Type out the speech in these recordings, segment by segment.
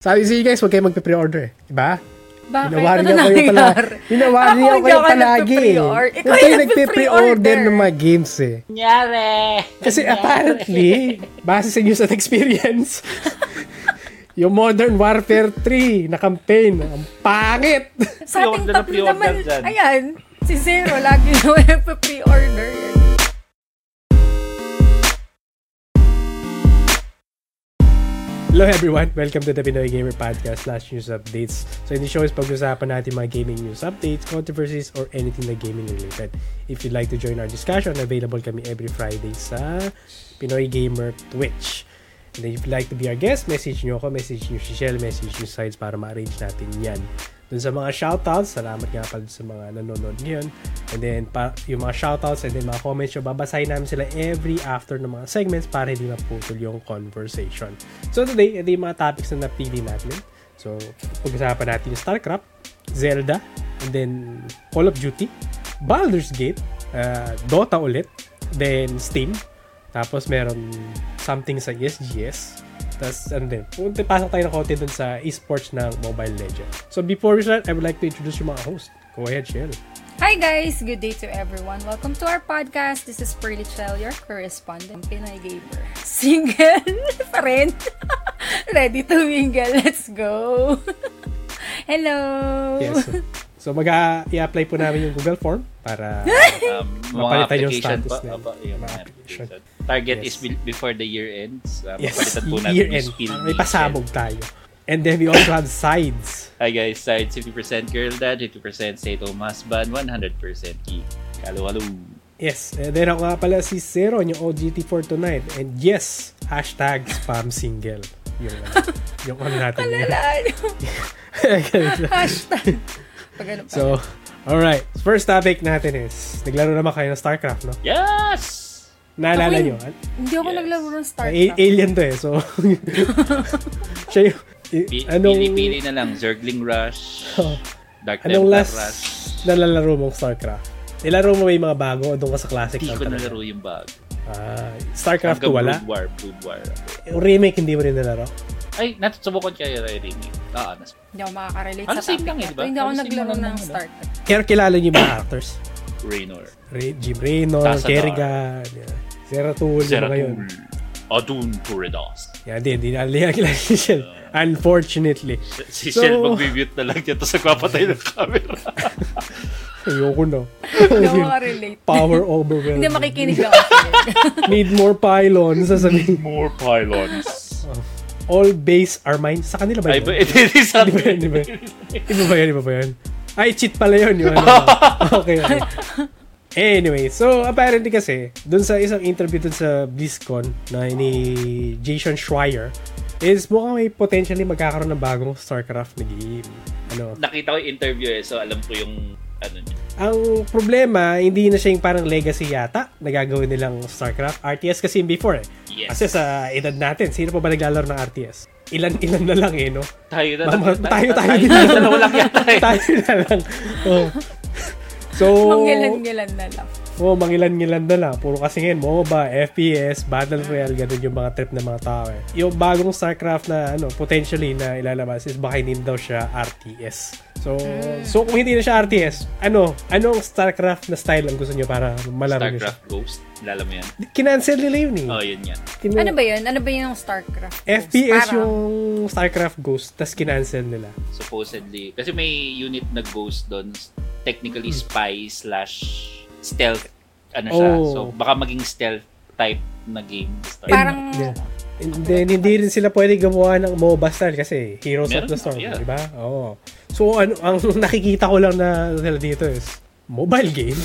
Sabi sa inyo guys, huwag kayo magpe-pre-order eh. Diba? Bakit? Hinawari ano ako kayo nangyari? palagi. Hinawari ako Ako hindi kayo ako palagi. eh. nagpe-pre-order. Ikaw Huwag kayo yung nagpe-pre-order nagpe-pre-order. ng mga games eh. Nyari. Kasi apparently, base sa news at experience, yung Modern Warfare 3 na campaign, ang pangit! Sa ating Pre-order na tatlo pre-order naman, dyan. ayan, si Zero lagi naman nagpe-pre-order. Hello everyone! Welcome to the Pinoy Gamer Podcast slash news updates. So in the show is pag-usapan natin mga gaming news updates, controversies, or anything na gaming related. If you'd like to join our discussion, available kami every Friday sa Pinoy Gamer Twitch. And then if you'd like to be our guest, message nyo ako, message nyo si Shell, message nyo sides para ma-arrange natin yan. Dun sa mga shoutouts, salamat nga pala sa mga nanonood ngayon. And then, pa, yung mga shoutouts and then mga comments nyo, babasahin namin sila every after ng mga segments para hindi maputol yung conversation. So today, ito yung mga topics na napili natin. So, pag-usapan natin yung StarCraft, Zelda, and then Call of Duty, Baldur's Gate, uh, Dota ulit, then Steam, tapos meron something sa ESGS, tapos, ano din, punti pasok tayo ng konti dun sa esports ng Mobile Legends. So, before we start, I would like to introduce yung mga host. Go ahead, Shell. Hi guys! Good day to everyone. Welcome to our podcast. This is Pearly Chell, your correspondent, Pinay Gamer. Single pa rin. Ready to mingle. Let's go! Hello! Yes. So, mag i-apply po namin yung Google Form para... Um, mga Mapalitan yung application status pa. nila. Aba, yung mga Mga application. Target Yes. is be- before the year ends. Uh, yes, mapalitan po natin year yung end. skill May ni pasabog tayo. And then we also have sides. Shen. Hi guys, side 50% girl dad, 50% say to husband, 100% key. Halo-halo. Yes, and then ako nga pala si Zero, yung OGT for tonight. And yes, hashtag spam single. Yung, ano, yung ano natin. ngayon. Hashtag. Pag ano pa. so, alright. First topic natin is, naglaro naman kayo ng StarCraft, no? Yes! Naalala nyo? Ako yun. Hindi ako Yes. naglaro ng A- StarCraft. alien to eh, so... siya yung... i- Pi- anong, Oh. Pili-pili na lang. Zergling Rush, Dark anong Templar last Rush. nalalaro mong StarCraft? Nilaro mo ba yung mga bago o doon ka sa classic? Hindi lang ko talaga? nalaro yung bag. Ah, StarCraft 2 wala? Brood War, Brood War. Yung remake hindi mo rin nalaro? Ay, natusubukan kayo yung remake. Ah, nas- Hindi ako makaka-relate Ano, sa same topic na lang eh, di ba? to. Hindi ako Ano, same naglaro lang ng naman, di ba? StarCraft. Pero kilala niyo yung mga actors. Raynor. Re- Jim Reynolds, Tassadar. Kerrigan, yeah. Zeratul, yung mga yun. Zeratul. Adun Turidas. Yan din, di nalala niya kilala ni Uh. Shell. Unfortunately. Si So- Shell mag-mute na lang dyan tapos nagpapatay ng camera. Ayoko na. Hindi ako makarelate. Power overwhelm. Hindi makikinig lang ako. Need more pylon. Sasabihin, More pylons. all base are mine. Sa kanila ba Ay, yun? ba, eh, ito yung sabi. Iba yun, iba yun. Iba ba yun, iba ba yun? Ay, cheat pala yun. Yung ano. okay, okay. Anyway, so apparently kasi, dun sa isang interview dun sa BlizzCon na ni Jason Schreier, is mukhang may potentially magkakaroon ng bagong StarCraft na game. Ano, Nakita ko yung interview eh, so alam ko yung ano niya. ang problema, hindi na siya yung parang legacy yata na gagawin nilang StarCraft. RTS kasi yung before eh. Yes. Kasi sa edad natin, sino pa ba naglalaro ng RTS? Ilan-ilan na lang eh, no? Tayo na Mama, tayo, tayo din. tayo. Dalawa lang yata eh. Tayo na lang. Oh. So, Mangilan-ngilan na lang. oh, mangilan-ngilan na lang. Puro kasi ngayon, MOBA, FPS, Battle Royale, ganun yung mga trip ng mga tao eh. Yung bagong StarCraft na ano, potentially na ilalabas is baka hindi daw siya RTS. So, Hmm. so kung hindi na siya RTS, ano, anong StarCraft na style ang gusto niyo para malaro niyo siya? StarCraft Ghost. Lala mo yan. Kinancel nila yun eh. Oh, yun yan. Kin- Ano ba yun? Ano ba yun yung StarCraft? FPS Parang- yung StarCraft Ghost, tas kinancel nila. Supposedly. Kasi may unit na ghost doon. Technically Hmm. spy slash stealth. Ano siya. Oh. So, baka maging stealth type na game. Star. Parang... Yeah. And then, hindi rin sila pwede gumawa ng MOBA style kasi Heroes of Meron the na, Storm, yeah. di ba? Oo. So, ano, ang nakikita ko lang na nila dito is mobile game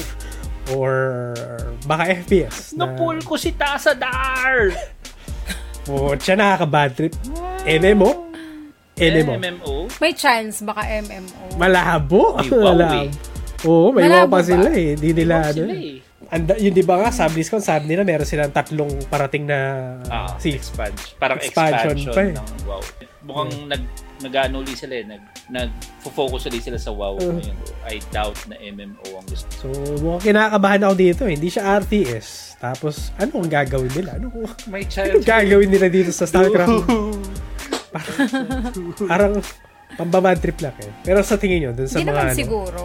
or baka FPS. Napul ko si Tassadar! O, siya nakaka-bad trip. MMO? MMO. MMO? May chance, baka MMO. Malabo. Ay, wow, eh. Oo, may wow pa Malabo ba? sila eh. Hindi nila, Wow ano. sila eh. eh. Anda, yun di ba nga, sabi ko, sabi nila, meron silang tatlong parating na Ah, season. expansion. Parang Expansion expansion, pa eh. Hmm. ng WoW. Mukhang nag nag-ano ulit sila eh, nag nag-focus ulit sila sa WoW Uh. ngayon. I doubt na MMO ang gusto. So, mukhang kinakabahan ako dito. eh. Hindi siya RTS. Tapos, ano ang gagawin nila? Ano, May ano child. gagawin nila dito sa StarCraft? Parang pambabad trip lang eh. Pero sa tingin nyo, dun sa Hindi mga naman ano. siguro.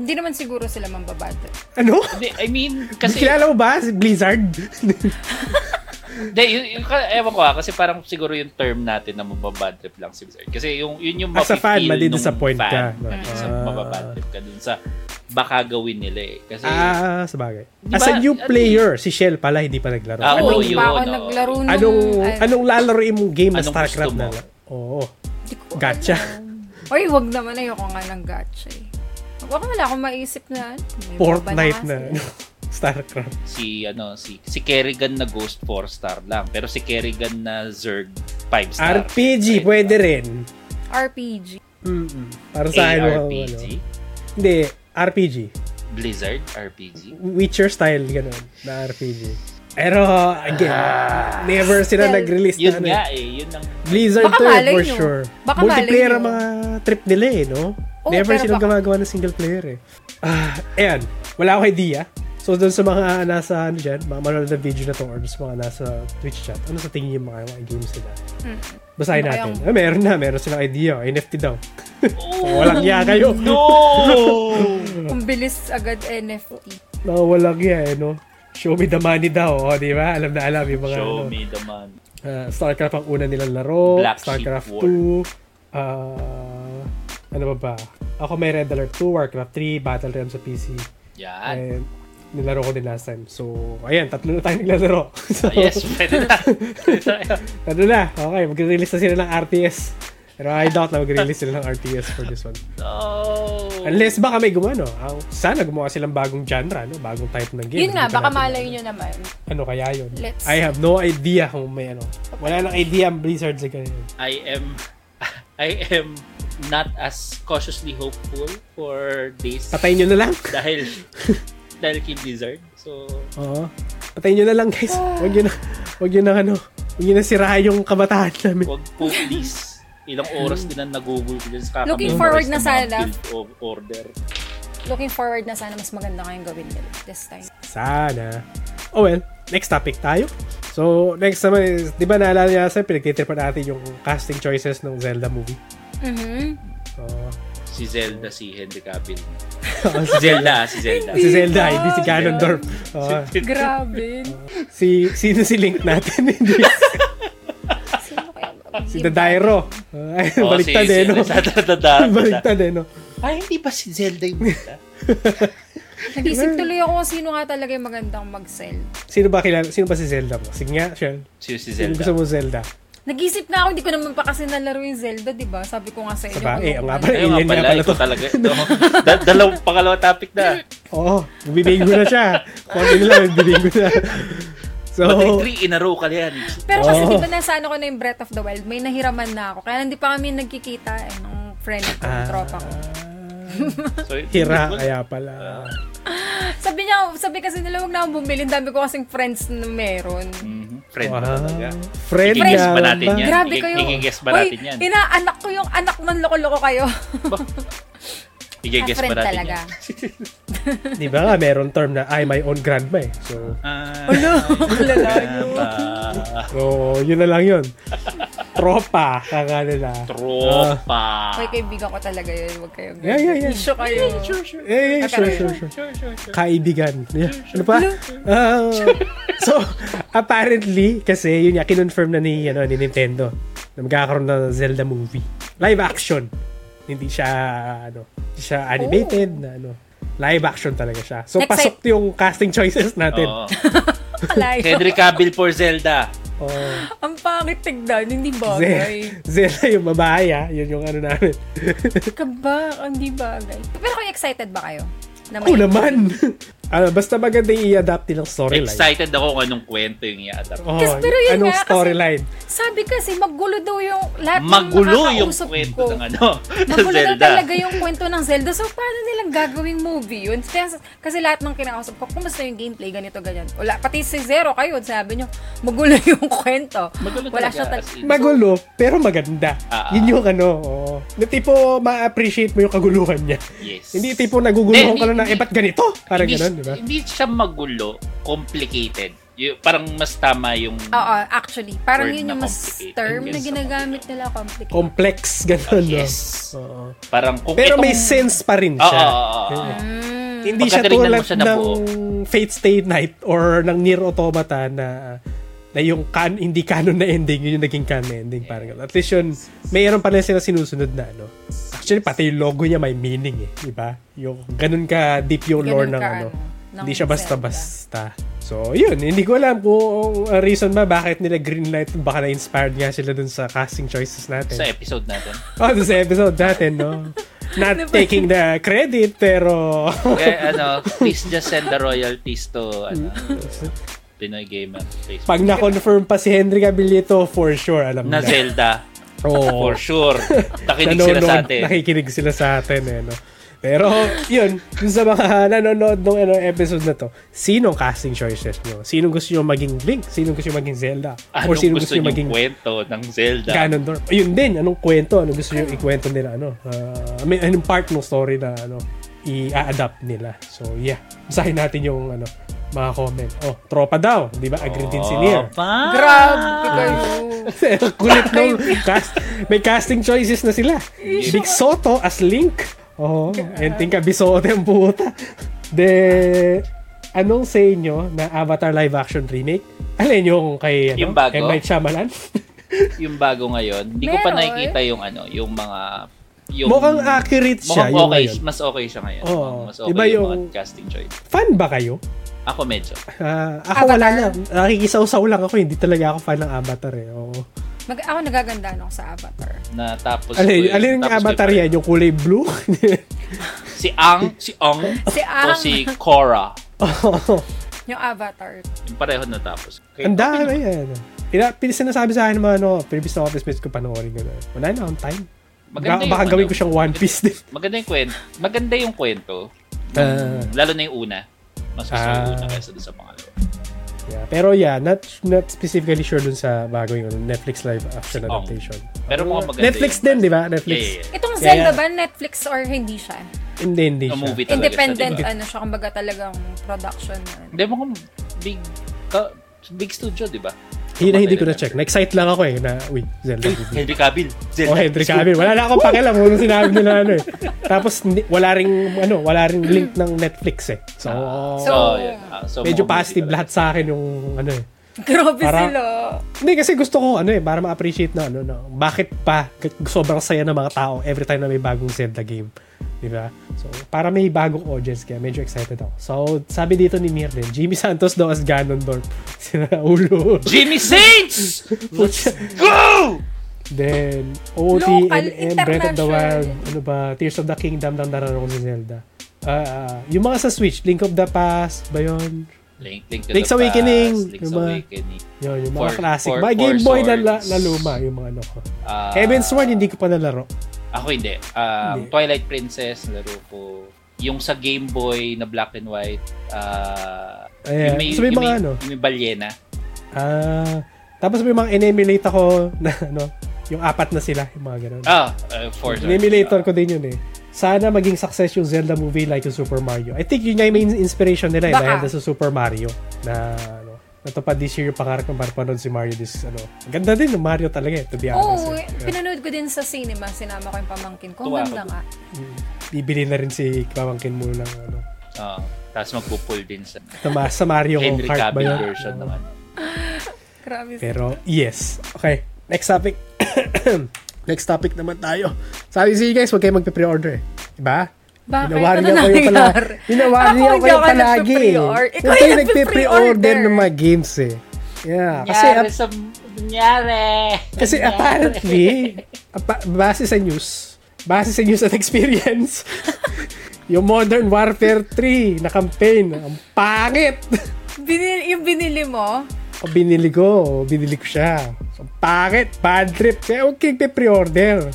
Hindi naman siguro sila mambabata. Ano? Hindi, I mean, kasi... Kilala mo ba si Blizzard? Hindi, yun, yun, ka- ewan ko ha, kasi parang siguro yung term natin na mababad trip lang si Blizzard. Kasi yung, yun yung As a fan, mapipil madidisappoint nung ka. fan. Sa Ah. mababad trip ka dun sa baka gawin nila eh. Kasi, ah, sabagay. Di As a ba, new ano player, si Shell pala hindi pa naglaro. Ah, anong, oo, Ano yun, pa ako oo. naglaro nung... anong, ay, anong lalaroin mong game na Anong StarCraft gusto na mo? lang? Oo. di ko Gacha. alam. Oy, wag naman. Ayoko nga ng gacha eh. Ako wala akong maisip na... ano, may Fortnite babanasin. na ano? StarCraft. si ano si si Kerrigan na Ghost 4 star lang pero si Kerrigan na Zerg 5 star. RPG, Right? pwede rin. eh. RPG. Mm-mm. Para sa akin, mukhang ARPG, ano. Hindi, RPG. Blizzard RPG. Witcher style, ganun, na RPG. Pero, again, never sila Stealth. nag-release Ah. Yun na ano. nga eh, yun ang Blizzard Baka to eh, malay for nyo. sure. Baka Multiplayer malay ang nyo. mga trip nila eh, no? Oo, Never pero silang baka- gumagawa ng single player eh. Ah, ayan, wala akong idea. So, doon sa mga nasa ano dyan, mga manonood ng video na to or sa mga nasa Twitch chat, ano sa tingin yung mga, mga games nila? Basahin Ano natin. kayang- Ah, meron na, meron silang idea. NFT daw. Oh! Walang iya kayo. No! Ang bilis agad NFT. Nakawalang iya eh, no? Show me the money daw. O, di ba? Alam na alam yung mga Show ano. me the man. Uh, StarCraft ang una nilang laro. Black Sheep StarCraft War. 2. Uh, ano ba ba? Ako may Red Alert 2, Warcraft 3, Battle Realm sa PC. Yan. And nilaro ko din last time. So, ayan, tatlo na tayo naglalaro. so, Ah, yes, pwede na. Pwede na. Ano na? Okay, mag-release na sila ng RTS. Pero I doubt na mag-release sila ng RTS for this one. no. Unless baka may gumano. Ang- Sana gumawa silang bagong genre, no? bagong type ng game. Yun nga, Hindi pa baka natin malay nyo naman. Ano kaya yun? Let's- I have no idea kung may ano. Wala nang idea ang Blizzard sa ganyan. I am I am not as cautiously hopeful for this Patayin nyo na lang. dahil dahil kay Blizzard. So, Oo. Patayin nyo na lang guys. Ah. Huwag nyo na, huwag nyo na ano. Huwag nyo na sirahan yung kabataan namin. wag po please. Ilang oras din ang nagugol ko dyan sa Looking kakamang forward oras na ng mga sana. build of order. Looking forward na sana mas maganda kayong gawin nila this time. Sana. Oh well, next topic tayo. So, next naman is, di ba naalala niya sa pinagtitripan natin yung casting choices ng Zelda movie? Mhm. So, Si Zelda, si Henry Cavill. Oh, si Si Zelda, ah, si Zelda. si Zelda, hindi si Ganondorf. Oo. Grabe. si, sino si Link natin? Hindi. Sino kaya? si Dadairo. Ay, Oo, baliktad Oh, si- eh, si- no? Dadadada- baliktad eh, no? Ay, Ah, hindi ba si Zelda yung bida? Nag-isip tuloy ako kung sino nga talaga yung magandang mag-sell. Sino ba kilala? Sino ba si Zelda mo? Sige nga, Shell. Si, si Sino gusto Zelda. mo Zelda? Nag-isip na ako, hindi ko naman pa kasi nalaro yung Zelda, di ba? Sabi ko nga sa inyo. Sa bae, ang kung nga ano- pala. Ayun Alien nga nga pala, pala ito to. talaga. No? Da- dalawang pangalawa topic na. Oo, bibingo na siya. Konti na lang, bibingo na. So, Battery 3 in a row ka yan. Pero kasi Oo. di ba nasaan ako na yung Breath of the Wild, may nahiraman na ako. Kaya hindi pa kami nagkikita eh, nung friend ko, Ah. tropa ko. So, hira yun- kaya pala. Sabi niya, sabi kasi nila, huwag na akong bumili. Ang dami ko kasing friends na meron. Mhm, Friend Wow. mo talaga. Friend I-guess nga ba natin ba? yan? Grabe I- kayo. i-guess ba natin yan? Uy, inaanak ko yung anak ng loko-loko kayo. I-guess Ah, friend ba natin talaga. yan? Di ba nga, meron term na I my own grandma eh. So, Ah, ah, so Ano? yun na lang yun. Tropa, kaka nila. Ah. Tropa. Uy, kaibigan ko talaga yun. Huwag kayong Yeah, yeah, yeah. Issue kayo. sure. Eh, eh, sure, sure, sure. Sure, sure, sure. Kaibigan. Yeah. Ano pa? Ah, so, apparently, kasi yun nga, kinonfirm na ni, ano, ni Nintendo na magkakaroon ng Zelda movie. Live action. Hindi siya, ano, hindi siya animated na, ano. Live action talaga siya. So, Next pasok yung casting choices natin. Oo. Kalayo. Oh. Henry Cavill for Zelda. Oo. Ang pangit tignan. Hindi bagay. Oh. Ze- Zelda yung babae, ah. Yun yung ano namin. Kaba, hindi bagay. Pero kayo excited ba kayo? Na may- Oo naman! Ah, basta maganda yung i-adapt nilang storyline. Excited ako kung anong kwento yung i-adapt. Oo, Kasi- pero yun anong nga, kasi- storyline? Sabi kasi magulo daw yung lahat Magulo ng yung nakakausap kwento ko. ng ano, ng Magulo daw Zelda. talaga yung kwento ng Zelda. So, paano nilang gagawing movie yun? Kaya- Kasi lahat ng kinakausap ko, kumusta yung gameplay, ganito, ganyan. Wala, pati si Zero kayo, sabi nyo, magulo yung kwento. Magulo Wala talaga, siya tal- as in. Magulo, pero maganda. Ah, ah. Yun yung ano, oo. Na tipo, ma-appreciate mo yung kaguluhan niya. Yes. Hindi tipo naguguluhan Hindi, ka lang na, eh, hindi. ba't ganito? Parang hindi, ganun, di ba? Hindi siya magulo, complicated. Y- parang mas tama yung... Oo, actually. Parang Word yun na yung mas complicated. term Yes, na so ginagamit nila, complicated. Complex, ganun. no? yes. Oo. Parang kung Pero may itong- Ah, sense pa rin Oo, siya. oo, oo, oo. Oo. Mm. Hindi siya Pagkatinignan mo tulad siya na ng buo. Fate Stay Night or ng Nier Automata na na yung kan, hindi canon na ending, yun yung naging canon na ending. Parang, ganun. at least yun, mayroon pa rin sila sinusunod na ano. Actually, pati yung logo niya may meaning eh. Diba? Yung, ganun ka deep yung Ganun lore ng ka, ano. ano, ng Hindi siya Zelda. basta-basta. So, yun. Hindi ko alam kung ang reason ba bakit nila greenlight. Baka na-inspired nga sila dun sa casting choices natin. Sa episode natin. Oh, doon sa episode natin, no? Ano Not ba? taking the credit, pero... Kaya ano, please just send the royalties to ano, Pinoy Gamer Facebook. Pag na-confirm pa si Henry Cabilito, for sure, alam Na nila. Zelda. Oo. For sure. Nakinig Oh. Nanonood- sila sa atin. Nakikinig sila sa atin, eh, no? Pero, yun, dun sa mga nanonood ng ano, episode na to, sinong casting choices nyo? Sinong gusto nyo maging Link? Sinong gusto nyo maging Zelda? Anong sinong gusto nyo niyong kwento ng Zelda? Ganondorf. Ayun din, anong kwento, anong gusto nyo ikwento nila, ano? Ah, I mean, anong part ng story na, ano, i-adapt nila. So, yeah. Basahin natin yung, ano, mga comment. Oh, tropa daw. Di ba? Agree din Oh. si Nier. Pa! Grabe kayo. Kulit nung cast. May casting choices na sila. Big Soto as Link. Oh, enteng ka bisote ang puta. De, anong sa inyo na Avatar live action remake? Alin yung kay, ano, Yung bago? M. Night Shyamalan? Yung bago ngayon, hindi ko pa Meron. nakikita yung ano, yung mga... Yung, Mukhang accurate siya. Mukhang yung okay. ngayon. Mas okay siya ngayon. Oo. Mas okay Iba yung, yung- mga casting choice. Fan ba kayo? Ako medyo. Ah, ako wala Avatar? lang. Nakikisaw-saw lang ako. Hindi talaga ako fan ng Avatar eh. Oo. Mag ako nagaganda ako sa Avatar. Natapos Alin, ko yun. alin yung Natapos ko Avatar yun. yan? Yung kulay blue? Si Ang, si Ong, Si o Ang, si Cora. yung Avatar. Yung pareho natapos. Okay. Ang dami yan. Pina, pinis na sabi sa akin ng mga ano, previous na office mates ko panoorin ko na. Wala na on time. Baka, Maganda yung baka gawin ano. ko siyang One Piece din. Maganda yung kwento. Maganda yung kwento. Ah. Lalo na yung una. Mas gusto ko yung una Ah. kaysa dun sa pangalawa. Yeah. Pero yeah, not not specifically sure dun sa bago yung Netflix live action Si Ong. adaptation. Pero mukhang maganda Netflix Oh. yun. din, di ba? Netflix. Yeah, yeah, yeah. Itong Kaya- Zelda ba, Netflix or hindi siya? Hindi, hindi A siya. movie talaga Independent, siya, diba? ano siya, kumbaga talagang production. ano. Hindi, mukhang big, ka- big studio, di ba? Hindi, hindi ko Kapatid na check. Na-excite lang ako eh na, wait, Zelda movie. Henry Cavill. Oh, Henry Cavill. Wala na akong pakialam kung ano sinabi nila ano eh. Tapos ni- wala ring ano, wala ring link ng Netflix eh. So, So, So, yun. Ah, so medyo mukhang movie positive talaga. lahat sa akin yung ano eh. Grabe Para- sila. Hindi kasi gusto ko ano eh para ma-appreciate na ano na bakit pa k- sobrang saya ng mga tao every time na may bagong Zelda game. 'Di ba? So, para may bagong audience kaya medyo excited ako. So, sabi dito ni Mir din, Jimmy Santos daw as Ganondorf. Sira ulo. Jimmy Saints! Go! Then, OT, MM, Local, Breath of the international. Wild, ano ba, Tears of the Kingdom lang naroon ko si Zelda. Ah, ah, yung mga sa Switch, Link of the Past, ba yun? Link, link to Link's the past, Awakening, Link's diba? Awakening. Yun, yung mga Four- classic. four- mga Game four Boy na, la- swords. na luma, yung mga ano ko. Ah, Heaven's Sword, hindi ko pa nalaro. Ako hindi. Um, Hindi. Twilight Princess, laro ko. Yung sa Game Boy na black and white, ah, Ayan. So, may mga ano? yung may balyena. Ah, tapos may mga enemulate ako na ano, yung apat na sila, yung mga ganun. Ah, uh, Forza. Enemulator ko din yun eh. Sana maging success yung Zelda movie like yung Super Mario. I think yun nga yung main inspiration nila eh, Baka. dahil sa Super Mario na ano, natupad this year yung pangarap ng para panood si Mario this ano. Ang Ganda din ng Mario talaga eh, to be Oo, honest. oh, eh. Yeah. pinanood ko din sa cinema. Sinama ko yung pamangkin ko. Tuwa Ang ganda ako. nga. Bibili na rin si Pamangkin mo ng ano. Ah, tapos magpupul din sa Sa, ma- sa Mario Henry Kart ba Cavill yun? version Oo. naman. Grabe sila. Pero yes. Okay. Next topic. Next topic naman tayo. Sabi sa'yo guys, huwag kayo magpe-pre-order eh. Diba? Bakit? Inawarin Ano niya kayo pala. nangyari? Inawarin Ako, niya hindi kayo ako palagi. nagpe-pre-or- Ikaw Huwag kayo yung nagpe-pre-order nagpe-pre-order. ng mga games eh. Yeah. Kasi, ap- sa... Nyari! kasi apparently, apa- base sa news, base sa news at experience, yung Modern Warfare 3 na campaign, ang pangit! Binili, yung binili mo, O, binili ko, o, binili ko siya. So, bakit? Bad trip. Kaya huwag kayong pre-order.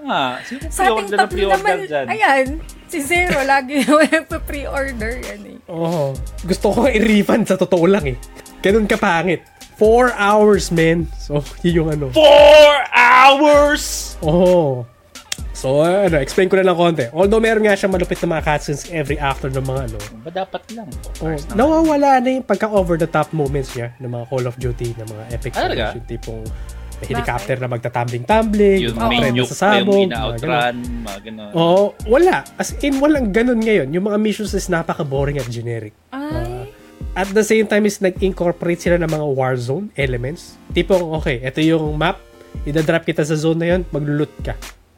Ah, sino sa ating pre-order na tatlo pre-order naman, dyan? ayan, si Zero, lagi naman pre-order yan eh. Oo. Gusto ko nga i-refund sa totoo lang eh. Ganun ka pangit. Four hours, man. So, yun yung ano. Four hours! Oo. So, ano, explain ko na lang konti. Although meron nga siya malupit na mga cutscenes every after ng mga ano. Ba dapat lang? Oh, nawawala na yung pagka over the top moments niya ng mga Call of Duty, ng mga epic Ah, talaga? yung tipong may helicopter na magtatambling-tambling, Yung mga may tren na nuke pa sasabog, mga ganun. Oh. yung ina-outrun, mga ganun. Oo, wala. As in, walang ganun ngayon. Yung mga missions is napaka-boring at generic. Ay, At the same time is nag-incorporate sila ng mga warzone elements. Tipong, okay, ito yung map. Idadrop kita sa zone na yun, maglulut ka.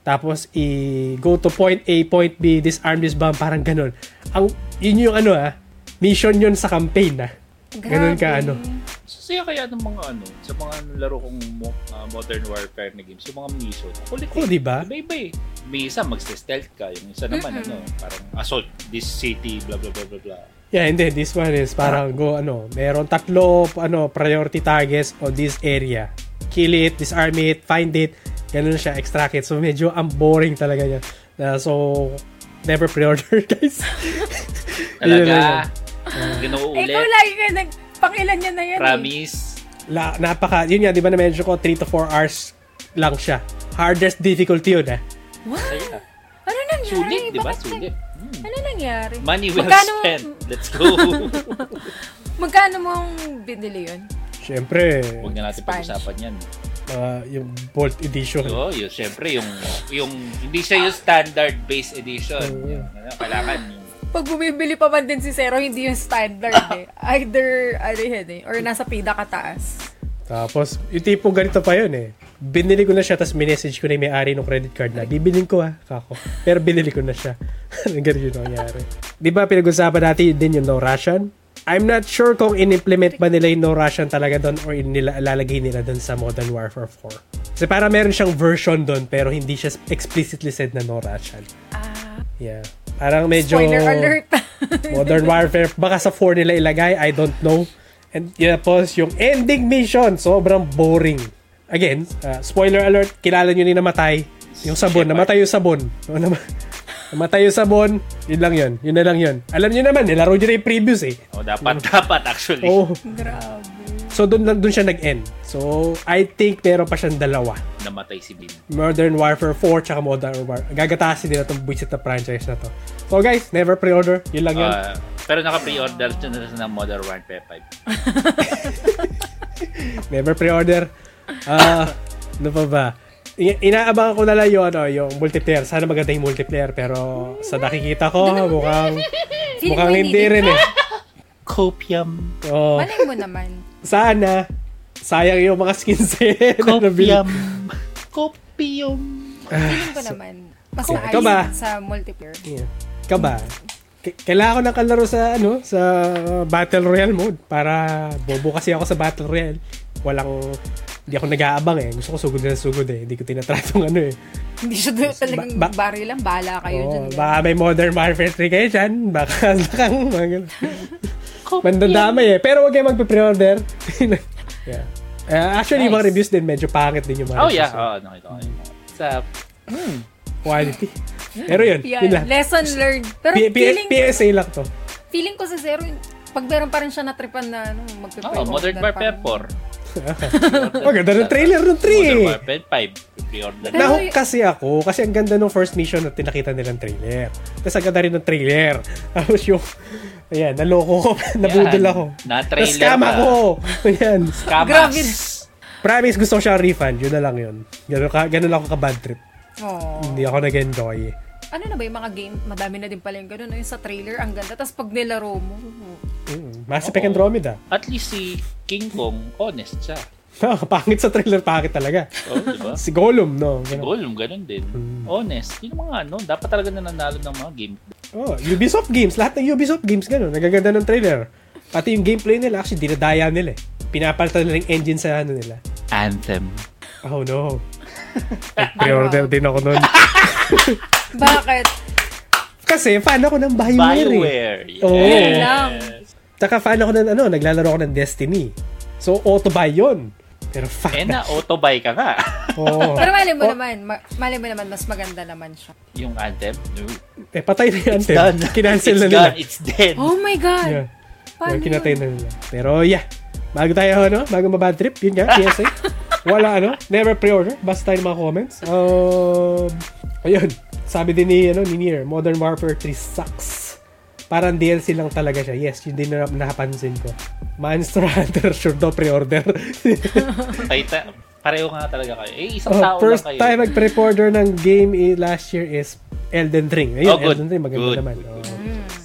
Tapos, i-go to point A, point B, disarm this bomb, parang ganun. Ang, yun yung ano ah, mission yun sa campaign ah. Ganun ka, ano. grabe. Sasaya kaya ng mga ano, sa mga laro kong mo- ah, Modern Warfare na games, yung mga mission. Kulit Oh, di ba? Iba-iba eh. May isa, mag-stealth ka. Yung isa naman, Mm-mm. ano, parang assault this city, blah, blah, blah, blah, blah. Yeah, and then this one is parang go ano, meron tatlo ano priority targets on this area. Kill it, disarm it, find it. Ganun siya, extract it. So medyo ang boring talaga niya. Na so never pre-order guys. Yun na yun. Talaga, ginoo Eh, Ikaw ulit. lagi ka nag... Pangilan niya na yan eh. Promise. La, napaka, yun nga, di ba na mention ko, 3 to 4 hours lang siya. Hardest difficulty yun ah. What? Kaya, Ano nangyari? sulit, di ba? Bakit nag- Sulit. Hmm. Ano nangyari? Money well Magkano- spent. Let's go. Magkano mong binili yun? Siyempre, Huwag na natin Sponge. pag-usapan yan. mga yung Bolt Edition. Oo, yun, syempre, yung, yung, hindi siya yung standard base edition. Oo. Yun, ano, kailangan yung, Pag bumibili pa man din si Zero, hindi yung standard eh. Either, ano yun eh, or nasa pida ka taas. Tapos, yung tipong ganito pa yun eh. Binili ko na siya, tapos minessage ko na yung may-ari ng credit card na, bibilin ko ah, kako. Pero binili ko na siya. Ganun yung nangyari. Di ba pinag-usapan natin din yung no Russian? I'm not sure kung in-implement ba nila yung no Russian talaga doon or nila, lalagay nila doon sa Modern Warfare 4. Kasi para meron siyang version doon pero hindi siya explicitly said na no Russian. Ah, Yeah. Parang medyo... spoiler alert. Modern Warfare, baka sa 4 nila ilagay, I don't know. And yun, tapos yung ending mission, sobrang boring. Again, uh, spoiler alert, kilala nyo ni namatay. Yung sabon, Shepard. namatay yung sabon. No, nam- namatay yung sabon, yun lang yun. Yun na lang yun. Alam nyo naman, nilaro nyo na yung previews eh. oh, dapat, dapat actually. Oh, Grabe. so doon lang doon siya nag-end. So, I think meron pa siyang dalawa. Namatay si Bin. Modern Warfare 4 tsaka Modern Warfare. Gagatasin nila tong buwisit na franchise na to. So guys, never pre-order. Yun lang yun. Ah, pero naka-pre-order siya na sa Modern Warfare 5. Never pre-order. Ah, ano pa ba? I- inaabangan ko na lang yung, ano, yung multiplayer. Sana maganda yung multiplayer. Pero sa nakikita ko, mukhang, Feeling mukhang ko hindi rin eh. Copium. Oh, Malay mo naman. sana. Sayang yung mga skins eh. na nabili. Copium. Feeling ko naman. Mas Ah, Ikaw ba? maayos sa multiplayer. Yeah. Ka ba? K- kailangan ko ng kalaro sa, ano, sa Battle Royale mode. Para bobo kasi ako sa Battle Royale. Walang, hindi ako nag-aabang eh. Gusto ko sugod na sugod eh. Hindi ko tinatratong ano eh. Hindi siya doon talagang Ba- ba- baril lang. Bala kayo Oo, dyan. eh. baka may Modern Warfare 3 kayo dyan. Baka, baka, mandadamay eh. Pero huwag kayo magpe-pre-order. yeah. Uh, actually, yung mga Nice. reviews din, medyo pangit din yung mga Oh, reviews, yeah. eh. Oo, nakita ko yun. Sa, Quality. Pero yun, Yan. yun lang. Lesson learned. Pero P- P- feeling, PSA lang to. feeling ko sa Zero, pag meron pa rin siya natripan na ano, magpipipo. oh, Modern Warfare 4. Oh, ganda ng trailer ng 3 Modern eh. Warfare 5. Pre-order. Pero Nahook y- kasi ako kasi ang ganda ng first mission na tinakita nilang trailer. Tapos ang ganda rin ng trailer. Tapos yung, ayan, naloko ko. Nabudol Yan. ako. Na-trailer Na-scam ka. ako. Ayan. Kamas. Grabe. Promise, gusto ko siyang refund. Yun na lang yun. Ganun, ka, ganun ako ka-bad trip. Oh. Hindi ako nag-enjoy. Ano na ba yung mga game? Madami na din pala yung ganun. no? Yung sa trailer, ang ganda. Tapos pag nilaro mo, Mm, Mass Effect Oo. Andromeda. At least si King Kong, honest siya. Oh, pangit sa trailer, pangit talaga. Oh, di ba? Si Gollum, no? Ganun. Goal, ganun din. Hmm. Honest. Yun yung mga ano, dapat talaga nananalo ng mga game. Oh, Ubisoft games. Lahat ng Ubisoft games, ganun. Nagaganda ng trailer. Pati yung gameplay nila, actually, dinadaya nila eh. Pinapalitan nila yung engine sa ano nila. Anthem. Oh no. Pre-order din ako nun. bakit? Kasi fan ako ng Bioware. eh. Bioware. Yes. Oo. Yun lang. Tsaka fan ako ng ano, naglalaro ako ng Destiny. So, auto-buy yun. Pero Eh fan. na, autobuy ka nga. Oo. Pero mali mo Oh. naman, ma- mali mo naman, mas maganda naman siya. yung Anthem, no. Eh, patay na yan. Tim. Kinancel it's na nila. Done. It's dead. Oh my God! Yeah. Paano Yung kinatay yun? na nila. Pero yeah, bago tayo ano, bago mabad trip, yun nga, PSA. Wala ano, never pre-order. Basta yung mga comments. Um, Ayun, sabi din ni, ano, ni Nier, Modern Warfare 3 sucks. Parang DLC lang talaga siya. Yes, yun din na napansin ko. Monster Hunter, sure do pre-order. Paita, pareho nga talaga kayo. Eh, isang Oh, tao first lang kayo. time nag-pre-order ng game i- last year is Elden Ring. Ayun, Oh, good. Elden Ring, maganda Good, naman. good, Oh. good.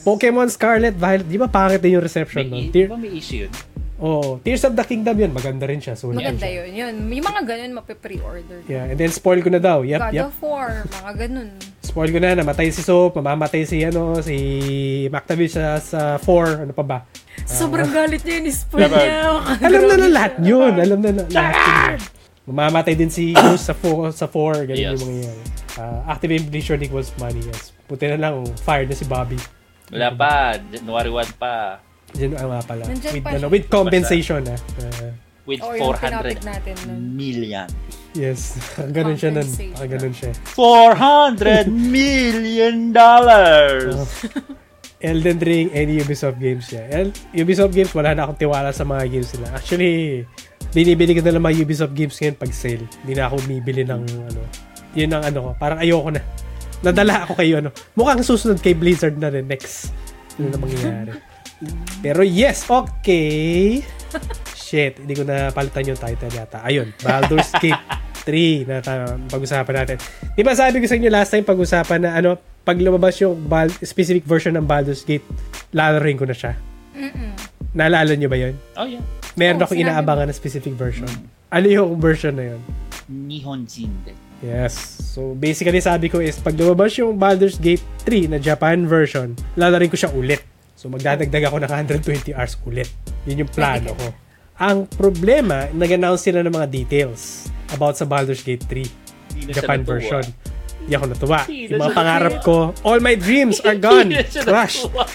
Pokemon Scarlet Violet, di ba pangit din yung reception may, nun? di Tear, ba may issue yun? oh, Tears of the Kingdom yun, maganda rin siya. Sulit Maganda siya. yun. Yun. Yung mga ganun, mape-pre-order. Yeah, and then spoil ko na daw. Yep, God oh. yep. of War, mga ganun. Spoil ko na, namatay si Soap, mamamatay si, ano, si Mactavish sa, sa 4, ano pa ba? Sobrang Ah. galit niya yun. Spoil Diba? niya. Alam na na lahat yun. Alam na na lahat yun. Mamamatay din si Goose sa 4, sa 4 ganun Yes. yung mangyayari. Uh, activate Blizzard equals money, yes. Puti na lang, oh, fired na si Bobby. Wala pa. January 1 pa. Yan ang nga pala. Nandyan With, pa ano, siya. with compensation, ah. Uh, With O Oh, yung tinapik 400 natin nun. million. yes, ganun siya nun. Compensation. Ah, Ganun siya. 400 million dollars! Elden Ring, any Ubisoft games niya. El Ubisoft games, wala na akong tiwala sa mga games nila. Actually, binibili ko na lang mga Ubisoft games ngayon pag sale. Hindi na ako bibili ng ano. Yun ang ano ko. Parang ayoko na. Nadala ako kayo ano. Mukhang susunod kay Blizzard na rin next. Yun na mangyayari. Pero yes, okay. Shit, hindi ko na palitan yung title yata. Ayun, Baldur's Gate 3 na ta- pag-usapan natin. Di ba sabi ko sa inyo last time pag-usapan na ano, pag lumabas yung Bal- specific version ng Baldur's Gate, lalaroin ko na siya. Mm-mm. Naalala nyo ba yun? Oh yeah. Meron Oo, akong sinabi inaabangan na specific version. Ano yung version na yun? Nihon Jinden. Yes. So basically sabi ko is pag lumabas yung Baldur's Gate 3 na Japan version, lalarin ko siya ulit. So magdadagdag ako ng 120 hours ulit. Yun yung plano ko. Ang problema, nag-announce sila ng mga details about sa Baldur's Gate 3 Hindi na siya Japan natuwa. version. Hindi ako natuwa. Hindi na Yung mga siya pangarap ko, all my dreams are gone. Hindi na siya Crush. natuwa.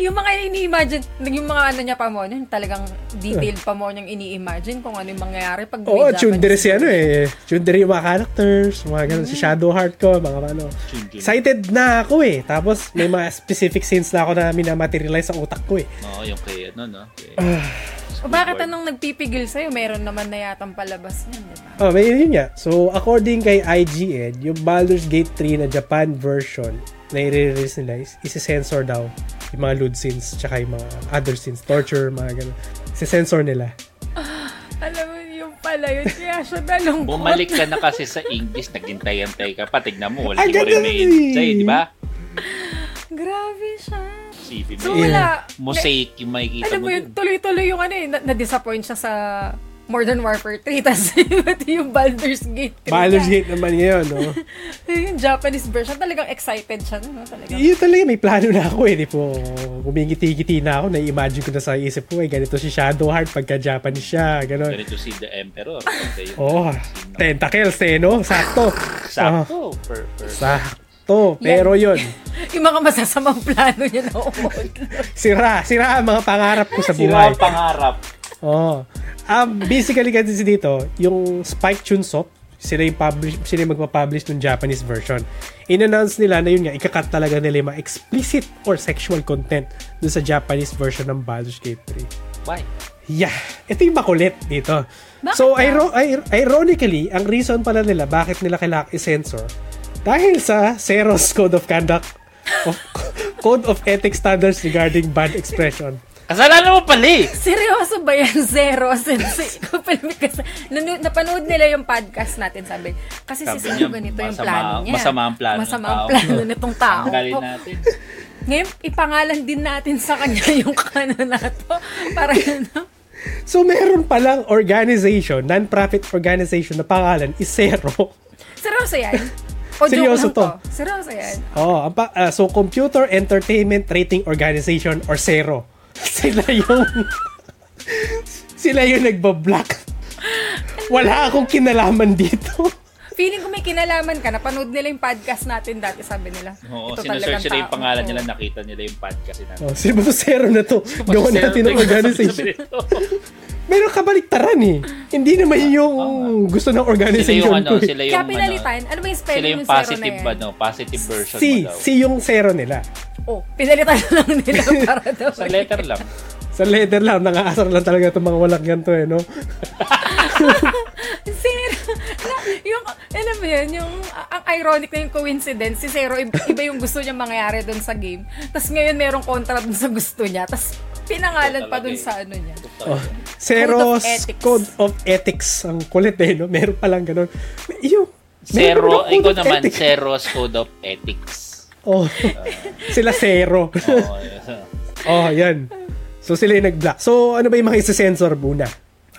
Yung mga ini-imagine, yung mga ano niya pa mo, nun, talagang detailed pa mo niyang ini-imagine kung ano yung mangyayari pag Oo, may tsundere Japanese si ano eh. Tsundere yung mga characters, mga ganun. Si Shadowheart ko, mga ano. Chunjun. Excited na ako eh. Tapos may mga specific scenes na ako na minamaterialize sa utak ko eh. Oo, yung kay ano, no? Kay, Ah, O bakit anong nagpipigil sa'yo? Meron naman na yatang palabas niyan, di ba? Oh, may yun nga. So, according kay IGN, yung Baldur's Gate 3 na Japan version na i-release nila is isi-censor daw yung mga lewd scenes tsaka yung mga other scenes, torture, mga ganun. Isi-censor nila. Alam mo, yung pala yun, kaya siya nalungkot. Bumalik ka na kasi sa English, nagintay-antay ka pa, tignan mo, wala Ay, hindi mo rin ganun may eh. enjoy, di ba? Grabe siya. Sipin So mo, yun. wala. mosaic yung makikita Alam mo mo yun, dun. tuloy-tuloy yung ano eh, na- na-disappoint siya sa Modern Warfare 3, tas pati yung Baldur's Gate 3. Baldur's niya. Gate naman ngayon, no? Yung Japanese version, talagang excited siya. No? Talagang, Yun talaga, may plano na ako eh. Di po, kumingiti-ngiti na ako. Na-imagine ko na sa isip ko eh, ganito si Shadowheart pagka Japanese siya, ganun. Ganito si The Emperor. Ganito yung Oh, tentacles eh, no? Sakto. Oh. Ah, Sakto. Per, per. Sakto. Pero yun, yung mga masasamang plano niya na umod. sira, sira ang mga pangarap ko sa Sira buhay. ang pangarap. Oh. Um, basically kasi dito, yung Spike Chunsoft, sila yung, publish, sila yung magpa-publish ng Japanese version. In-announce nila na yun nga, ikakat talaga nila yung mga explicit or sexual content dun sa Japanese version ng Baldur's Gate 3. Why? Yeah. Ito yung makulit dito. Bakit so, ba? iro- ir- ironically, ang reason pala nila bakit nila kailangan i-censor dahil sa Seros Code of Conduct of Code of Ethics Standards regarding bad expression. Kasalanan mo pala eh. Seryoso ba yan? Zero. Since kasi, nanu- napanood nila yung podcast natin, sabi. Kasi Sabi si niya, Zero ganito yung masama- plano niya. masama ang plano ng Masama ang tao. plano nitong tao. Tanggalin natin. Ngayon, ipangalan din natin sa kanya yung kano na to. Para ano? So, meron palang organization, non-profit organization na pangalan is Zero. Seryoso yan? Seryoso O Seryoso to. to. Seryoso yan. Oh, ang pa- ah, so Computer Entertainment Rating Organization or Zero. Sila yung sila yung nagbablock. Wala akong kinalaman dito. Feeling ko may kinalaman ka. Napanood nila yung podcast natin dati, sabi nila. Oo, Ito talagang sinusearch nila yung tao pangalan to. nila, nakita nila yung podcast natin. Oh, sino ba to Zero na to? Gawa natin ng organization. Meron kabaliktaran eh. Hindi naman yun yung gusto ng Ah, sila yung organization ano, ko eh. sila yung Kaya ano, pinalitan. Ano ba yung sila spelling yung ng zero na positive yan? ano, positive version Si, mo daw. si yung Zero nila. Oh, pinalitan lang nila para daw. Sa letter lang. Sa letter lang, nakaasar lang talaga itong mga walang ganito eh, no? Zero. Na, yung yung, alam mo yun, yung, ang ironic na yung coincidence, si Zero, iba iba yung gusto niya mangyari dun sa game. Tapos ngayon merong kontra dun sa gusto niya. Tapos pinangalan pa eh. dun sa ano niya. Oh, Totoo. Zero's ethics. Code of Ethics. Ang kulit eh, no? Meron palang ganun. Iyo, Zero, meron palang ikaw Code of naman, Ethics. Zero's Code of Ethics. Oh, sila zero. Oo. oh, yan. So sila yung nag-block. So ano ba yung mga isa-sensor muna?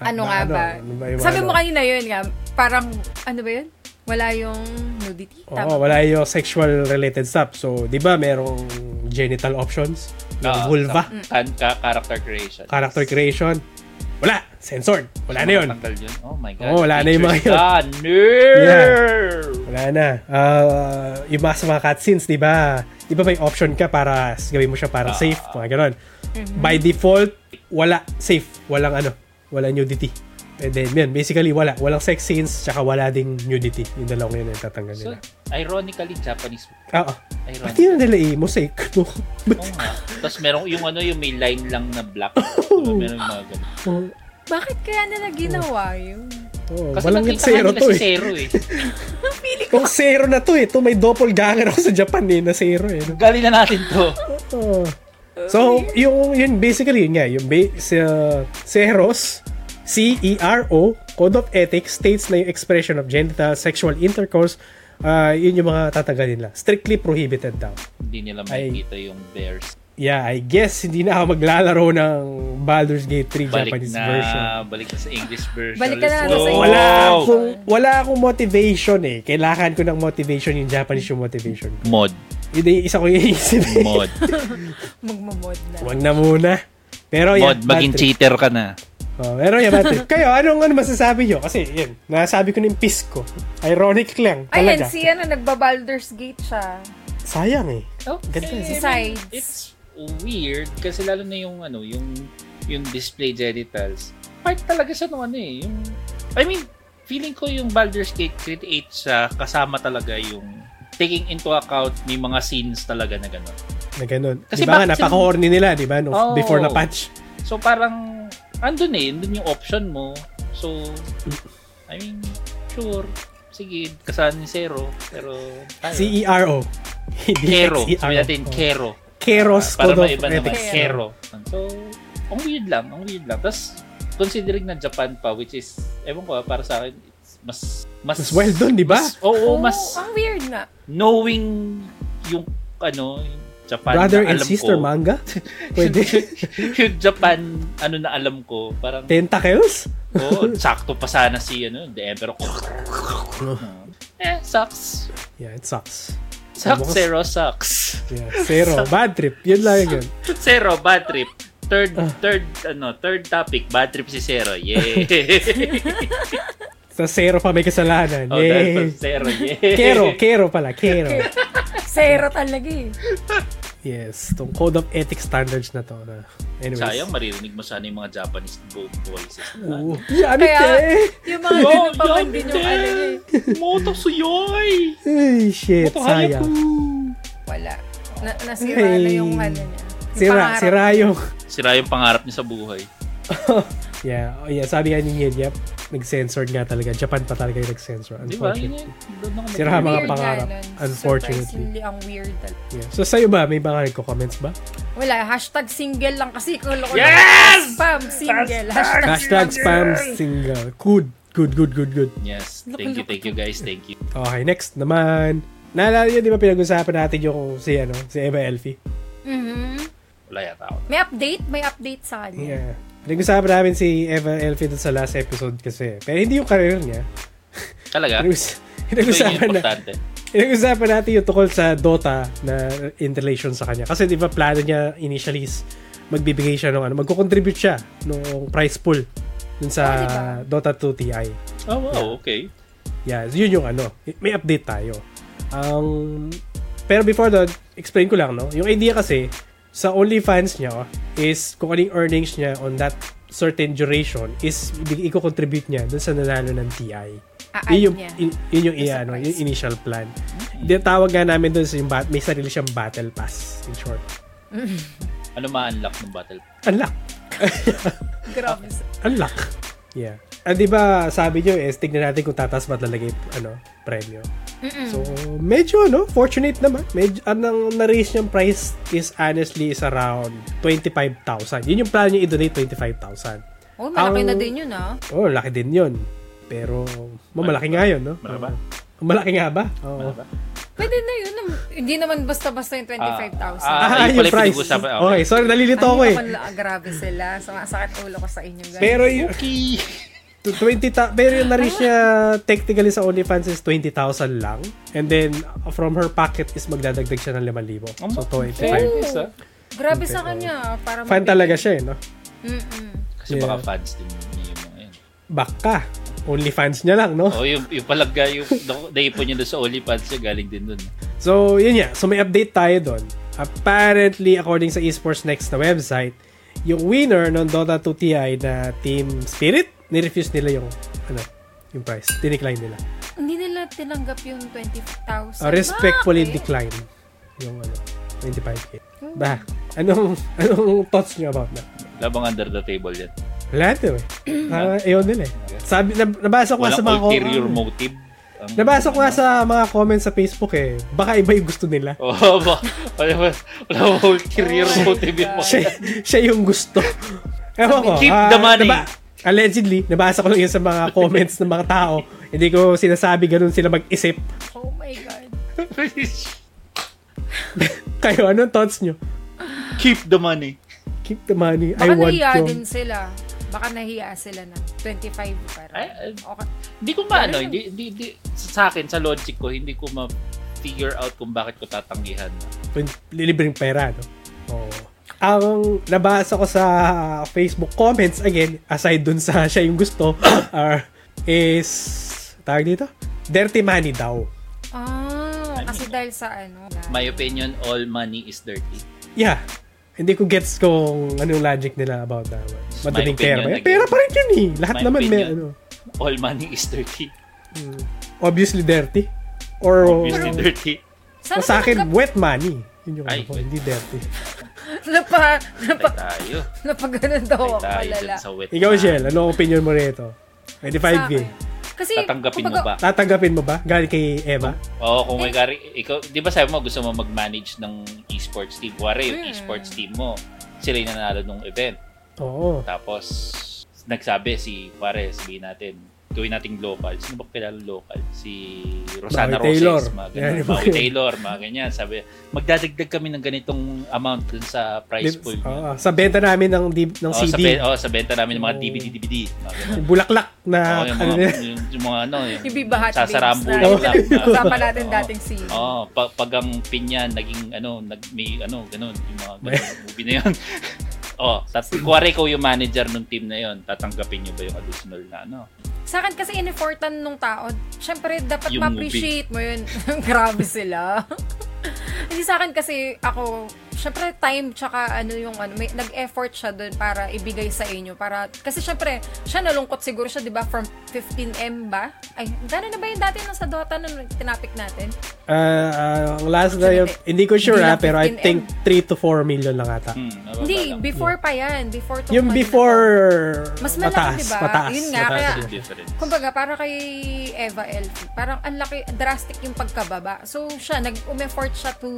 Ah, Ano na- nga ba? ano yung Sabi ano? mo kanina yun nga, parang, ano ba yun? Wala yung nudity? Oo, Tama. wala yung sexual related stuff. So, di ba merong genital options? Yung Oo, vulva, Oh, sa- kan- ka- character creation. character creation. Wala! Censored! Wala na yun. Matanggal yun. Oh my God. Oo, wala na yung mga Pictures yun. gone. No! Wala na. Ah, yung mga sa mga cutscenes, di ba? Di ba may option ka para s- gawin mo siya para Ah. safe? Mga ganon. By default, wala. Safe. Walang ano. Walang nudity. And then, yun, basically, wala. Walang sex scenes, tsaka wala ding nudity. Yung dalawang yun ang tatanggal So, nila. ironically, Japanese. Oo. Pati Ironic. yun nila eh, mosaic. No? But, Oo nga. Tapos merong yung ano, yung may line lang na black. Diba? Merong mga ganun. oh, Bakit kaya nila ginawa yun? oh, Kasi walang nakita zero kanila to si eh. Zero eh. Kung zero na to eh. Ito may doppelganger ako sa Japan eh, na zero eh. No? Galing na natin to. Oo. So, yung, yun, basically, yun nga, yung ba- si, uh, CEROS, C-E-R-O, E Code of Ethics, states na yung expression of genital sexual intercourse, ah, yun yung mga tatagalin nila. Strictly prohibited daw. Hindi nila Ay. makikita yung bears. Yeah, I guess hindi na ako maglalaro ng Baldur's Gate 3 Balik Japanese na, version. balik na sa English version. Balik ka na sa Let's go. English. Wala akong, wala akong motivation eh. Kailangan ko ng motivation yung Japanese yung motivation. Mod. Yun na yung isa ko yung iisip. eh. Mod. Magmamod na. Huwag na muna. Pero Mod, yan, bad maging trip. cheater ka na. Oh, pero yeah, Patrick, kayo, anong ano masasabi nyo? Kasi, yun, nasabi ko na yung piss ko. Ironic lang, Ayun, talaga. si ano, nagba-Baldur's Gate siya. Sayang eh. Oh, Ganda. eh, Si I mean, Sides. It's weird kasi lalo na yung ano, yung yung display genitals. Part talaga siya nung ano eh, yung I mean, feeling ko yung Baldur's Gate create sa kasama talaga yung taking into account may mga scenes talaga na gano'n. Na ganun. Kasi Kasi diba nga, bakit siya- napaka-horny nila, di ba? Nung, Oh. Before na patch. So parang andun eh, andun yung option mo. So I mean, sure. Sige, kasahan ni Zero. Pero, tayo. C-E-R-O. E Hindi Kero. X-E-R-O. Sabi natin, Oh. Kero. Keros para Code of maiba naman, Ethics. Kero. So, ang weird lang, ang weird lang. Tapos, considering na Japan pa, which is, ewan ko, ah, para sa akin, it's mas, mas, Mas well done, di ba? mas- Oh. Oo, mas ang weird na. knowing yung, ano, yung Japan Brother na and alam sister ko. manga? Pwede. yung Japan, ano na alam ko, parang, Tentacles? oh, sakto pa sana si, ano, the Emperor. eh, sucks. Yeah, it sucks. Sucks, Mukhang- zero, sucks. Yeah, zero. Bad trip. Yun lang yun. Zero, bad trip. Third, Ah. third, ano, third topic, bad trip si Zero. Yay! Sa zero pa may kasalanan. oh, dahil Yay. sa Zero, yay! Kero, Kero pala, Kero. Zero talaga eh. Yes, tong code of ethics standards na to. na- Anyways. Sayang, maririnig mo sana yung mga Japanese bo- voices. Ah. Oo. Yan Kaya, ite! Yung mga ganun pa man din yung ano niya eh. Moto suyoy! Ay, shit, Moto hayaku! sayang. Wala. Na, nasira na yung Hey. ano niya. Yung Sira, pangarap. sira yung... Sira yung pangarap niya sa buhay. yeah, oh, yeah, sabi nga niya, yep, nag-censored nga talaga. Japan pa talaga yung nag-censor. Di ba? Yun Unfortunately. yun. Doon ako Sira nag- mga Weird nga pangarap, nun. unfortunately. Surprisingly, ang weird talaga. Yeah. So, sa'yo ba? May mga nagko-comments ba? Wala, hashtag single lang kasi kung loko Yes! Spam, single. Hashtag, Hashtag spam single. Good, good, good, good, good. Yes. Thank you, thank you guys. Thank you. Okay, next naman. Naalala niyo, di ba pinag-usapan natin yung si, ano, si Eva Elfie? Mhm. Wala yata ako. May update? May update sa ano? kanya. Yeah. Pinag-usapan namin si Eva Elfie dun sa last episode kasi. Pero hindi yung career niya. Talaga? Ito Pinag-us- yung Pinag-usapan na, importante. Pinag-usapan natin yung tukol sa Dota na in relation sa kanya. Kasi di ba plano niya initially is magbibigay siya ng ano, magko-contribute siya nung prize pool dun sa Oh, Dota 2 TI. Oh, wow. Okay. Yeah, so yun yung ano. May update tayo. Ang pero before that, explain ko lang, no? Yung idea kasi, sa OnlyFans niya is kung anong earnings niya on that certain duration is ibig- i-contribute niya dun sa nanalo ng TI. A-add Yun yung, Ah, ano niya. yun, yun yung, Yung ano, surprise. yung initial plan. Di tawag nga namin doon sa yung bat- may sarili siyang battle pass in short. Ano ma-unlock ng battle? Unlock. Grabe. Unlock. Yeah. ah, di ba sabi nyo is, tignan natin kung tataas ba talaga yung ano, premyo. So, medyo ano, fortunate naman. Medyo, anong na-raise niyang price is honestly is around 25,000. Yun yung plan niya i-donate, 25,000. Oh, malaki Ang- na din yun, ah. Oh, laki din yun. Pero, mamalaki nga yun, no? Malaki ba? Oo. Malaki nga ba? Oo. Malaki ba? Pwede na yun. nam- Hindi naman basta-basta yung 25,000. Ah, Ah, yung yun pala yung price. pinag-uusapan. Okay. Okay. sorry, nalilito ako eh. Ang grabe sila. Sumasakit ulo ko sa inyo, guys. Pero yung Okay. to 20 ta- pero yung na-reach niya technically sa OnlyFans is 20,000 lang. And then from her pocket is magdadagdag siya ng Oh, 5,000. So 25. Fair is, ah. grabe sa kanya. ah. Para Fan mabigay. talaga siya eh, no? Mm-mm. Kasi Yeah. baka fans din niya yung mga yun. Baka OnlyFans niya lang, no? Oh, yung, yung palagga, yung na- naipon niya doon sa OnlyFans niya, galing din doon. So, yun nga. So, may update tayo doon. Apparently, according sa Esports Next na website, yung winner ng Dota 2 TI na Team Spirit, nirefuse nila yung, ano, yung price. Dinecline nila. Hindi nila tinanggap yung 20,000. Uh, respectfully Bakit? decline yung ano, 25k. Hmm. Bah, anong, anong thoughts nyo about that? Labang under the table yan. Wala ito eh. Hmm. Ah, ewan nila eh. Sabi, nab- nabasa ko nga sa Walang mga ulterior comments. motive. Ang- Nabasa ko nga sa mga comments sa Facebook eh. Baka iba yung gusto nila. Oo, oh, ba? Wala ba? Wala ba Oh ulterior motive yung mga... siya, siya yung gusto. Ewan ko. Keep ah, the money. naba- allegedly, nabasa ko lang yun sa mga comments ng mga tao. Hindi ko sinasabi ganun sila mag-isip. Oh my God. Kayo, anong thoughts nyo? Keep the money. Keep the money. Baka I want nahiya you. din sila. Baka nahiya sila na. 25 para. Ay, ay. okay. Hindi ko maano, hindi, hindi, hindi, sa akin, sa logic ko, hindi ko ma-figure out kung bakit ko tatanggihan. Pin- Lilibreng pera, no? Oo. Ang nabasa ko sa Facebook comments, again, aside dun sa siya yung gusto, are, is, tawag dito? Dirty money daw. Ah, kasi dahil sa ano. My opinion, all money is dirty. Yeah. Hindi ko gets kung anong logic nila about that. one. Madaling My opinion pera ba? yan? again. Pera pa rin yun eh. Lahat My naman may opinion. ano. All money is dirty. Obviously dirty. Or Obviously dirty. o Sana sa akin, tinanggap- wet money. Yun yung ano Ay, ko, wet. hindi dirty. Napa, napa, Patay tayo. napaganon daw Oh, Patay ako tayo palala. dyan sa wet. Ikaw, na- Shell, ano opinion mo rito? 25K. Sa akin. Kasi, Tatanggapin mo ba? Tatanggapin mo ba? Galing kay Eva? Oo, kung Eh, may gari, ikaw, di ba sabi mo gusto mo mag-manage ng esports team? Hmm. Kuwari, yung esports team mo, sila yung nanalo ng event. Oo. Tapos, nagsabi si, kuwari, sabihin natin, gawin nating local. Sino ba kilala local? Si Rosana Maui Taylor. Roses, mga ganyan. Yan, yung- Maui Taylor, mga ganyan. Sabi, magdadagdag kami ng ganitong amount dun sa price Di- pool. niya. Oo. sa benta namin ng, di- ng Oo, Sa, CD. ben- oo, sa benta namin ng mga Oo. DVD-DVD. Mga ganyan. Yung Bulaklak Oo, na yung, ano mga, nila. yung, yung mga ano, yung, yung bibahat babes sasarambulan na- lang. Usapan natin Oo. dating si Oo, pag, pag ang Ah, pinya naging ano, nag, may ano, ganun, yung mga ganun, movie na yun. oh, tat- kuwari ko yung manager ng team na yun, tatanggapin niyo ba yung additional na ano? Sa akin kasi in-important nung tao, syempre dapat Yung ma-appreciate mo yun. Grabe sila. Hindi sa akin kasi ako, syempre time tsaka ano yung ano, may, nag-effort siya doon para ibigay sa inyo. Para, kasi syempre, siya nalungkot siguro siya, di ba, from 15M ba? Ay, gano'n na ba yung dati nung sa Dota nung tinapik natin? Ah, ah, ang last na yun, hindi ko sure Hindi ah, lang pero I 15M. think 3 to 4 million lang ata. Hmm, nababa Hindi, lang. before pa yan. Before tong Yung ano na to. before, Mas malaki, mataas, diba? mataas. Yun nga, mataas. kaya- That's the difference. Kumbaga, para kay Eva Elfie, parang ang laki, drastic yung pagkababa. So, siya, nag-umeffort siya to,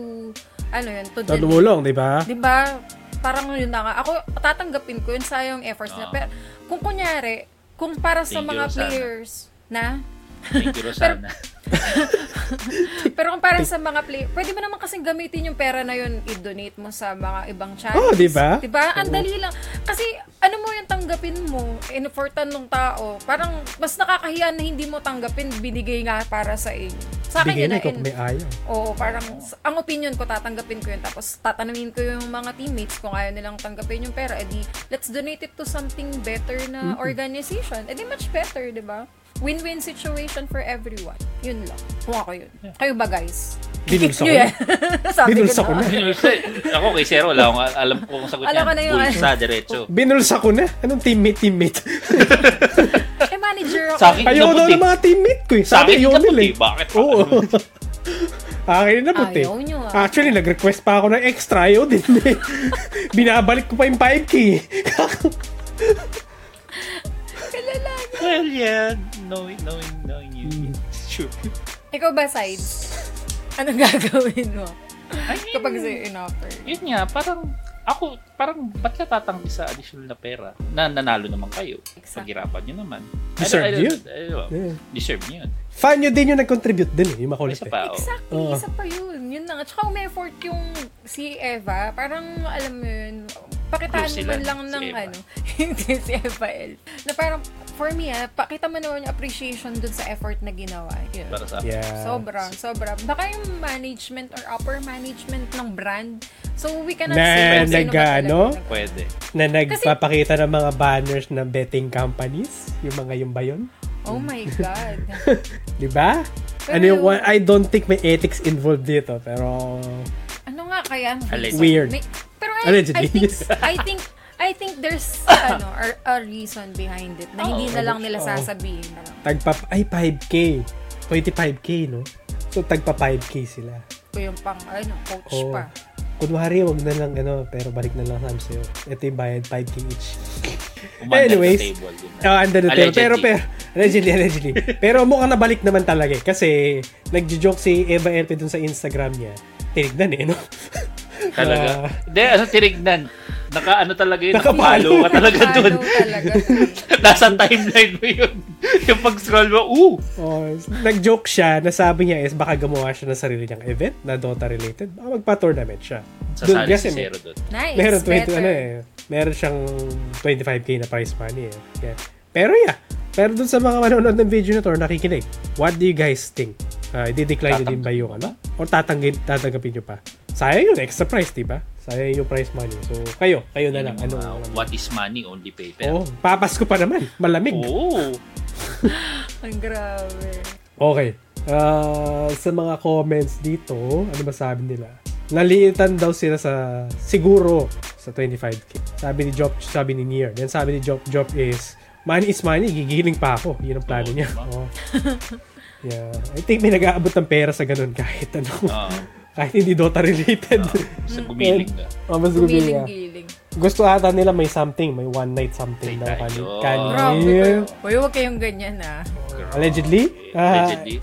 ano yun, to So, deliver. dumulong, diba? di ba? Di ba? Parang yun na nga. Ako, tatanggapin ko yun sa yung efforts na. Ah. Pero, kung kunyari, kung para sa Thank mga you, Rosana. players na, Thank you, Rosana. pero kung para sa mga players, pwede mo naman kasing gamitin yung pera na yun, i-donate mo sa mga ibang channels. Oh, di ba? Di ba? Ang dali lang. Kasi, ano mo yung tanggapin mo, inuportan ng tao, parang, mas nakakahiya na hindi mo tanggapin, binigay nga para sa inyo. Sa akin Bigay yun, eh. na na, kung may ayaw. Oo, parang s- ang opinion ko tatanggapin ko yun tapos tatanungin ko yung mga teammates kung ayaw nilang tanggapin yung pera edi let's donate it to something better na organization edi much better di ba win-win situation for everyone yun lang kung ako yun kayo ba guys Binulsa ko Yun na. yan. sabi Binulsa ko ko na. na ako kay Zero, wala akong alam ko kung sagot Alam niya. ko na yung- Bulsa, diretso. Binulsa ko na. Anong teammate, teammate? eh manager ako Sa akin, Ayaw daw nabuti. ng mga teammate ko eh. Sa Sabi akin, ayaw nila nabuti. eh. Bakit? Oo. Akin na puti. Ayaw nyo ah. Actually, nag-request pa ako ng extra. Ayaw din eh. Binabalik ko pa yung 5K. kilala niya well, yeah. Knowing, knowing, knowing you, Mm. it's true. Ikaw ba, sides? Anong gagawin mo? I mean, Kapag sa'yo in-offer. yun nga, parang, ako, parang, ba't ka tatanggi sa additional na pera? Na nanalo naman kayo. Exactly. Paghirapan nyo naman. Deserve niyo. yun. Hmm. Yeah. Deserve nyo yun. Fan nyo din yung nag-contribute din eh, yung makulit Isa eh. pa, oh. Exactly, Oo. isa pa yun. Yun na nga. Tsaka may effort yung si Eva. Parang, alam mo yun, pakitaan Close mo sila, man lang si ng Eva. ano, hindi si Eva L. Na parang, for me ah, pakita mo naman yung appreciation dun sa effort na ginawa. Yun. Para sa akin. Yeah. Sobra, sobra. Baka yung management or upper management ng brand. So, we cannot Na say kung sino ba talaga nagano? nag- Pwede. Na nagpapakita ng mga banners ng betting companies, yung mga yung ba yun? Oh my God. Di ba? Pero Ano yung, yung- I don't think may ethics involved dito, pero ano nga kaya? ang Allegedly. weird. May- pero I, Allegedly. I think, I think, I think there's ano, a, a reason behind it na hindi Oo. na lang nila Oo. sasabihin. Tagpa, ay 5K. 25K, no? So, tagpa 5K sila. Ito yung pang, ano, coach Oo. pa. Kunwari, wag na lang, ano, pero balik na lang namin sa'yo. Ito yung bayad, 5K each. Umanda Anyways, sa table. Yun. Oh, under the table. Allegedly. Pero, pero, allegedly, allegedly. pero mukhang nabalik naman talaga eh. Kasi, nagjo-joke si Eva Elpe dun sa Instagram niya. Tinignan eh, no? Talaga. Ah. Hindi, ano tinignan? Naka ano talaga yun? Nakapalo. Nakapalo ka talaga doon. Follow talaga. Nasa timeline mo yun. Yung pag-scroll mo, ooh! Oh, nag-joke siya na sabi niya is baka gumawa siya ng sarili niyang event na Dota related. Baka magpa-tournament siya. Dun, Sasali yes, si eh, Zero doon. Nice. Meron 20, better. ano eh. Meron siyang 25k na prize money eh. Yeah. Pero yeah. Pero dun sa mga manonood ng video na to or nakikinig, what do you guys think? Uh, i-decline nyo din ba yung ano? O tatanggap, tatanggapin nyo pa? Sayang yun, extra price, di ba? Sayang yung prize money. So, kayo, kayo na lang. Ano? Ah, what is money? Only paper. Oh, papasko pa naman. Malamig. Oo. Ang grabe. Okay. Ah, sa mga comments dito, ano ba sabi nila? Naliitan daw sila sa, siguro, sa 25k. Sabi ni Job, sabi ni Nier. Then sabi ni Job, Job is, money is money, gigiling pa ako. Yun ang plano Oo, niya. diba? Oo. yeah. I think may nag-aabot ng pera sa ganun kahit ano. Ah, kahit hindi Dota related. sa gumiling ka. Oh, mas gumiling ah. Gumiling-giling. Gusto ata nila may something, may one night something Ay, daw tayo. kanil- Grabe kanil. kayo. Uy, huwag kayong ganyan ah. Allegedly? Eh, ah, Allegedly.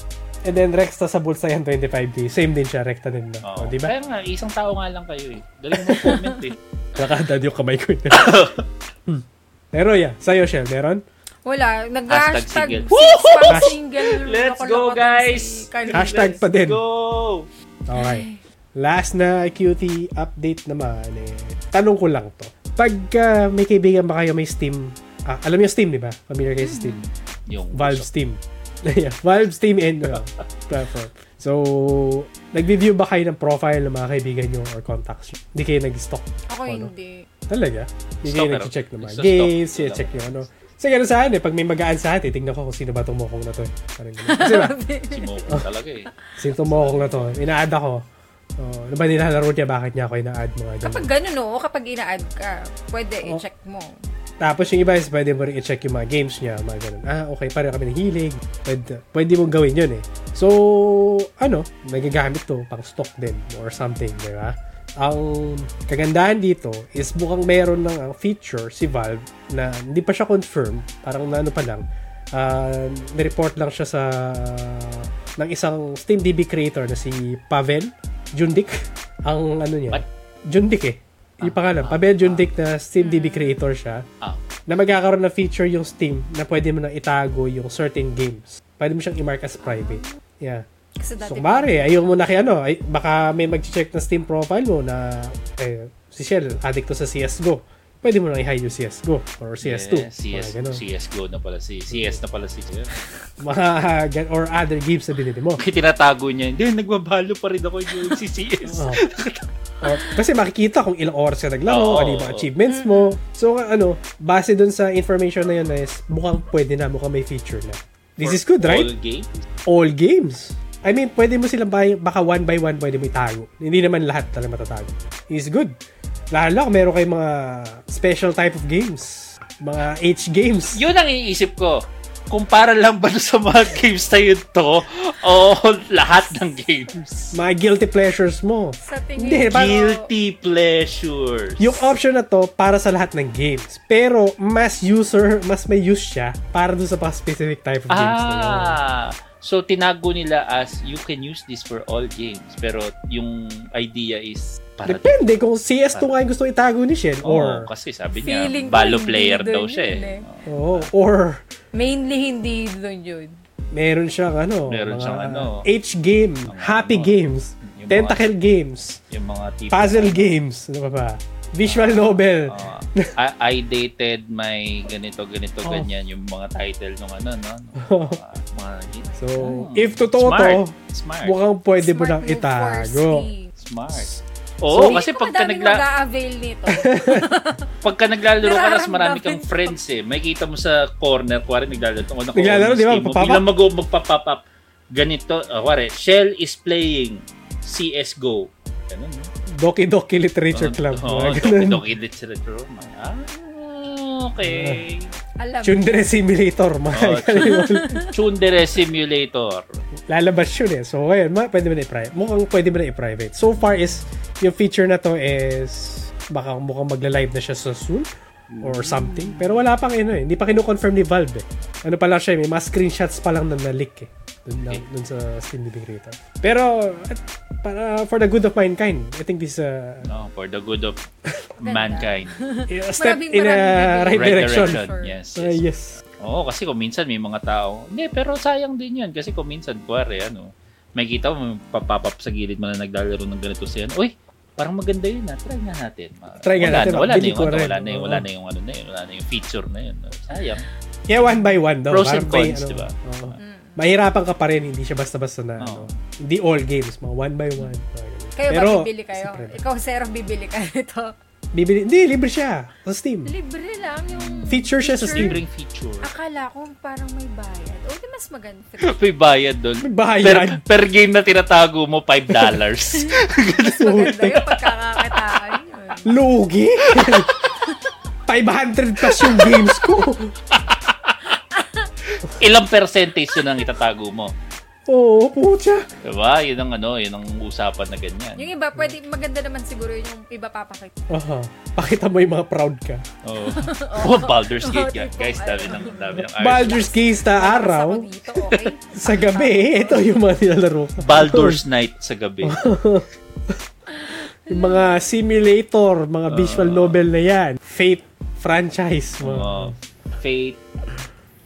And then Rexta sa bulsa yan 25k. Same din siya, Recta din na. Oo. Oh, di ba? Kaya nga, isang tao nga lang kayo eh. Galing mo comment eh. Nakadad yung kamay ko. yun. Hmm. Pero yeah, sa'yo Shell, meron? Wala. single. Nag-hashtag Hash- six-pack single. Let's Loko-loko go, tong guys. si Kanye Hashtag West. pa Ano din. Go! Okay. Last na cutie update naman eh. Tanong ko lang to. Pagka may kaibigan ba kayo may Steam, ah, alam niyo Steam, di ba? Familiar kayo sa Steam. Yung Valve Steam. yeah, Valve Steam and uh, platform. So, nag-review ba kayo ng profile ng mga kaibigan nyo or contacts nyo? Hindi kayo nag-stalk? Ako Ano? hindi. Talaga? Hindi kayo Stalker. nag-check ng mga Isa games, stalker. check yung ano. Kasi gano'n sa akin eh, pag may magaan sa atin, tingnan ko kung sino ba itong mokong na to. eh. Parang gano'n. Kasi ba, si Mokong talaga eh. sino itong mokong na to? Ina-add ako. Oh, ano ba nilalaro niya? Bakit niya ako ina-add mga ganun? Kapag ganun, oo, kapag ina-add ka, pwede Oo. i-check mo. Tapos yung iba is pwede mo rin i-check yung mga games niya, mga ganun. Ah, okay, pareho kami ng hilig. Pwede, pwede mong gawin yun eh. So, ano, nagagamit to pang stock din or something, di ba? Ang kagandahan dito is mukhang meron ng ang feature si Valve na hindi pa siya confirmed, parang ano pa lang, ah, nireport lang siya sa ng isang SteamDB creator na si Pavel Jundik. Ang ano niya? What? Jundik eh. Yung pangalan, Pavel Jundik na SteamDB creator siya Ah, na magkakaroon ng feature yung Steam na pwede mo na itago yung certain games. Pwede mo siyang i-mark as private. Yeah. Kasi So, dati mare, ayaw mo na kay ano, ay, baka may mag-check na Steam profile mo na eh, si Shell, addict to sa CSGO. Pwede mo na i-hide yung CSGO or CS2. eh, Mga CS, ganun. CSGO na pala si CS na pala si Jeff. Mga gan- or other games na binili mo. Kaya tinatago niya, hindi, nagbabalo pa rin ako yung si CS. Oo. Oh, kasi makikita kung ilang oras ka naglaro, Oo. ano yung mga achievements mo. So, ano, base dun sa information na yun is, mukhang pwede na, mukhang may feature na. This is good, right? All game? all games. I mean, pwede mo silang bay, baka one by one pwede mo itago. Hindi naman lahat talaga matatago. Is good. Lalo kung meron kayong mga special type of games. Mga H games. Yun ang iisip ko. kumpara lang ba sa mga games na yun to o lahat ng games? Mga guilty pleasures mo. Sa tingin Hindi, ko, Guilty pleasures. Yung option na to para sa lahat ng games. Pero mas user, mas may use siya para dun sa specific type of games na yun. Ah, so tinago nila as you can use this for all games. Pero yung idea is para dito. Depende kung CS2 nga yung gusto itago ni Shen Oo, or kasi sabi niya, Feeling ko balo hindi player doon daw siya yun eh. eh. oo, or mainly hindi doon yun. meron siyang ano, Meron siyang ano. H game, happy ano, games, yung mga- tentacle games, Yung mga tipo. puzzle games, ano pa ba? Visual novel. Oo. I, I dated my ganito, ganito, Oo. ganyan. Yung mga title nung ano, no? Mga, mga games. so, Hmm. if totoo smart, to, smart, mukhang pwede mo Smart nang move for itago. Steve. smart. Oo, Feeling kasi ko pagka, madaming nagla- mag-a-avail nito. pagka naglalaro ka, mas marami Nararamdaman kang ko. friends eh. May kita mo sa corner, kuwari naglalaro. Kung ano, Naglalaro, di ba? Papapa? Biglang mag magpa-pop up. Ganito, uh, kuwari, Shell is playing CSGO. Ganun, no? Doki Doki Literature Club. Oo, mga Doki ganun. Doki Literature Club. Ah, okay. Alam. Tsundere Simulator, mga Oh, ganun. Tsundere Simulator. Lalabas yun eh. So, ngayon, ma- pwede mo na i-private. Mukhang pwede mo na i-private. So far is, yung feature na to is, baka mukhang magla-live na siya sa soon or something. Pero wala pang ano eh. Hindi pa kino-confirm ni Valve eh. Ano pala siya, eh, may mga screenshots pa lang na na-leak eh. Dun, lang, dun sa Steam Liberator. Pero, at, para, for the good of mankind, I think this is a, No, for the good of mankind. a step Maraming- in a maraming right Right direction. direction. Yes, Ah, yes. yes. Oo, kasi kung minsan may mga tao. Hindi, pero sayang din yun. Kasi kung minsan, kuwari, ano, may kita mo, papapap sa gilid mo na naglalaro ng ganito siya. ano, Uy, parang maganda yun na. Try nga natin. Ma- Try nga wala, natin, na- Wala, na mabili yung, ko ano, rin. wala na yung, wala Oo. na yung, ano na yun. Wala na yung feature na yun. Sayang. Yeah, one by one daw. Pros and Parang may, cons, ano, di ba? oo. Mahirapan ka pa rin, hindi siya basta-basta na, ano, Oo. hindi all games, mga one by one. mga ganun. Kayo Pero, ba bibili kayo? siyempre, Ikaw, sir, bibili ka nito. bibili, hindi, libre siya sa Steam. Libre lang yung... Feature siya sa Steam. Libreng feature. Akala ko parang may bayad. O, di mas maganda. May bayad doon. May bayad. Per, per game na tinatago mo, $5. dollars. Mas maganda yung pagkakakitaan yun. Lugi! 500 plus yung games ko. Ilang percentage yun ang itatago mo? Oo, oh, pucha. Diba? Yun ang ano, yun ang usapan na ganyan. Yung iba, pwede, maganda naman siguro yun yung iba papakita. Aha. Pakita mo yung mga proud ka. Oh. oh, Baldur's Oo, Gate yan. tipo, Guys, dami ng, ano. dami ng Baldur's Gate na araw, Tapos ako dito, okay? sa gabi, ito yung mga nilalaro ko. Baldur's Ano? Night sa gabi. Oh. Yung mga simulator, mga visual novel na yan. Fate franchise. Mga, Oh, Fate,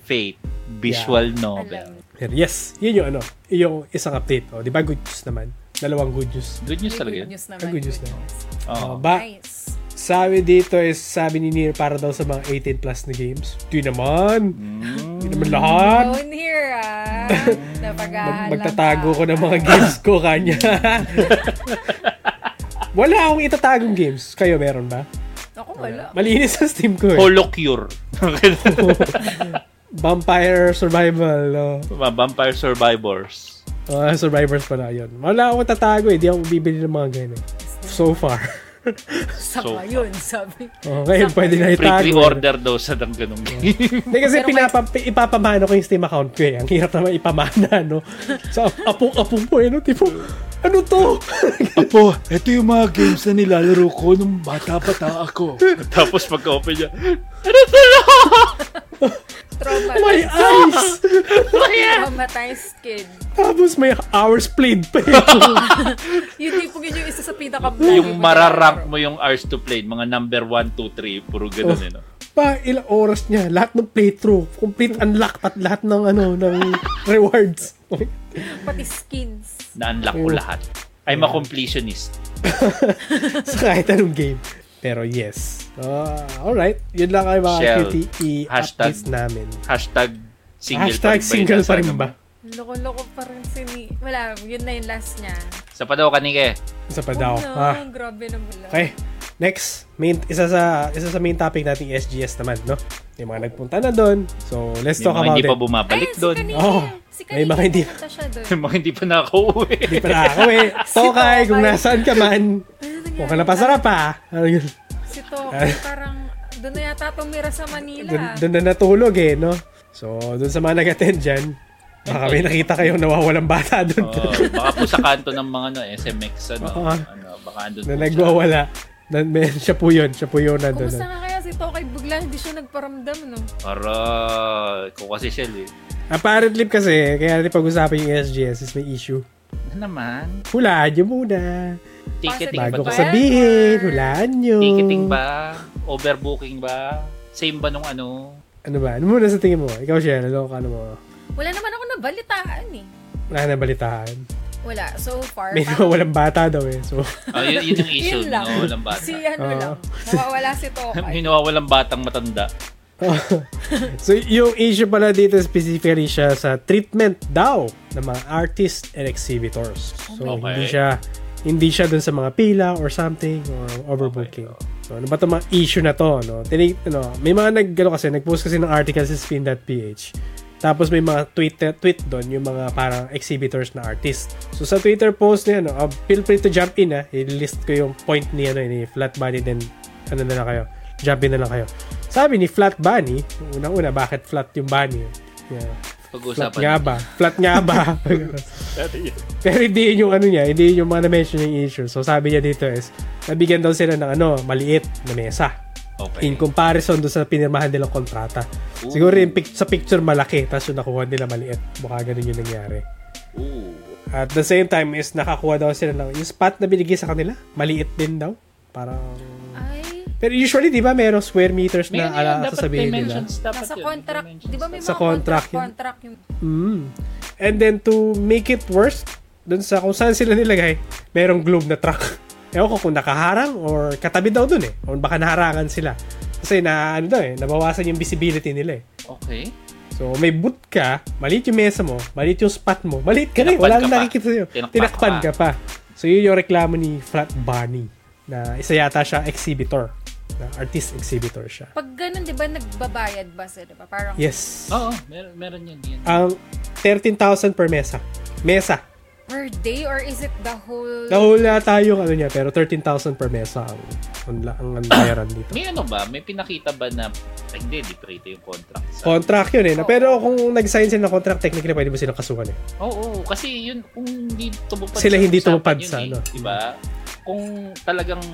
Fate, visual Alam. novel. Pero yes, yun yung ano, yung isang update. O, di ba good news naman? Dalawang good news. Good news May talaga. Good news naman. Ah, good news Ah, naman. O, Oh. ba, Nice. sabi dito is, sabi ni Nier para daw sa mga 18 plus na games. Di naman. Di naman lahat. Down here, ah. Napagahalang Mag- magtatago ko ng mga games ko kanya. Wala akong itatagong games. Kayo meron ba? Ako, wala. Malinis sa Steam ko eh. Holocure. Vampire Survival. oh. Mga Vampire Survivors. Mga Oh, survivors pala yun. Wala akong tatago eh. Di ako bibili ng mga ganyan. eh. So far. Sa So- yun, sabi. oh, ngayon pwede na itago. Pre-order daw sa ng ganung game. Hindi kasi Pero may- pinapa, ipapamana ko yung Steam account ko eh. Ang hirap naman ipamana, no? Sa apong-apong ko eh, no? Tipo, ano to? Apo, ito yung mga games na nilalaro ko nung bata-bata ako. Tapos pagka-open niya, Trauma. may eyes! Traumatized kid. Tapos may hours played pa eh. Yung tipong yun yung isa sa pinaka yung mararank mo yung hours to play, mga number 1, 2, 3, puro ganun Oh. eh. No? pa ilang oras niya, lahat ng playthrough, complete unlock at lahat ng ano, ng rewards. Pati skins. Na-unlock ko Oh. lahat. I'm a completionist. sa kahit anong game. Pero yes. Ah, alright. Yun lang ay mga Shell. cutie i-updates Hashtag namin. Hashtag single Hashtag pa rin ba yun? single pa Nasa rin ano ba? Loko-loko pa rin si Ni. Wala, yun na yung last niya. Sa pa daw kanige. Isa pa daw. Oh, no, Ah, grabe na mula. Okay. Next, main, isa sa isa sa main topic nating SGS naman, no? May mga nagpunta na doon. So, let's talk Yung mga about hindi it. pa Hindi bumabalik Ayun, si doon. Kanina. Oo. Si Oh. May Kanina, mga hindi- pumunta siya doon. Yung mga hindi pa nakauwi. pa ako eh. Tokay, kung nasaan ka man. Ano nangyari? Huwag ka na pasarap ha. Ano yun? Si Tokay, parang doon na yata tumira sa Manila. Doon doon na natulog eh, no? So, dun sa mga nag-attend dyan, baka may nakita kayong nawawalang bata dun Oo, Oh, baka po sa kanto ng mga ano, SMX, ano, Oo. ano baka andun na po siya. nagwawala. Na, may, siya po yun. Siya po yun na Kumusta doon. nga kaya si Tokay bigla hindi siya nagparamdam, no? Aray, kung kasi siya, eh. Apparently kasi, kaya natin pag-usapan yung SGS is may issue. Ano naman? Hulaan nyo muna. Ticketing ba Bago ko to? Ba- sabihin, hulaan nyo. Mm. Ticketing ba? Overbooking ba? Same ba nung ano? Ano ba? Ano muna sa tingin mo? Ikaw, Shell, ano ka ano mo? Wala naman ako nabalitaan, eh. Wala na balitaan. Wala, so far. May parang- nawawalang bata daw eh. So, Ah, yun, yun yung issue. Yun lang. Nawawalang bata. Si ano Oo. lang, nawawala si Tokay. May nawawalang batang matanda. so yung issue pala dito specifically siya sa treatment daw ng mga artists and exhibitors. So Okay. hindi siya hindi siya dun sa mga pila or something or overbooking. So ano ba itong mga issue na to? No? Tini, ano, may mga nag, ano kasi, nag-post kasi ng article sa spin.ph. Tapos may mga tweet, tweet doon yung mga parang exhibitors na artist. So sa Twitter post niya, no, ah, feel free to jump in ah. I-list ko yung point ni, ano, ni Flat Bunny then ano na lang kayo. Jump in na lang kayo. Sabi ni Flat Bunny, unang-una, bakit flat yung bunny? Yeah. Flat Pag-uusapan. nga ba? Flat nga ba? Pero hindi yun yung ano niya, hindi yun yung mga na-mention yung issue. So sabi niya dito is, nabigyan daw sila ng ano, maliit na mesa. Okay. In comparison doon sa pinirmahan nilang kontrata. Ooh. Siguro yung pic- sa picture malaki, tapos yung nakuha nila maliit. Mukha ganun yung nangyari. Ooh. At the same time is nakakuha daw sila ng, yung spot na binigay sa kanila, maliit din daw. Parang... Ay, Pero usually, di ba, merong square meters May na ano ala yun, dapat sasabihin nila. dimensions dapat nasa yun, contract, dimensions di ba may Sa mga contract, contract yun. contract yung... Mm. And then to make it worse, dun sa kung saan sila nilagay, merong globe na truck. Ewan ko kung nakaharang or katabi daw dun eh. O baka naharangan sila. Kasi na, ano daw eh, nabawasan yung visibility nila eh. Okay. So may boot ka, maliit yung mesa mo, maliit yung spot mo, maliit ka na eh. Tinakpan Wala ka nang pa. nakikita sa'yo. Tinakpan Tinakpan ka ka pa. So yun yung reklamo ni Flat Barney na isa yata siya exhibitor. Na artist exhibitor siya. Pag ganun, di ba, nagbabayad ba sila? Diba? Parang, Yes. Oo, meron, meron yun. yun. Ang 13,000 per mesa. Mesa. per day or is it the whole... Nahula tayo ano niya, pero 13,000 per mesa ang, ang, ang, ang bayaran dito. May ano ba? May pinakita ba na, ay, hindi, di prito yung contract. Sa, Contract yun eh. Na, pero kung nag-sign sila ng contract, technically pwede mo silang kasuhan eh. oo, oo, kasi yun, kung hindi tumupad Sila sa hindi usapan tumupad yun sa eh, ano. Diba? Kung talagang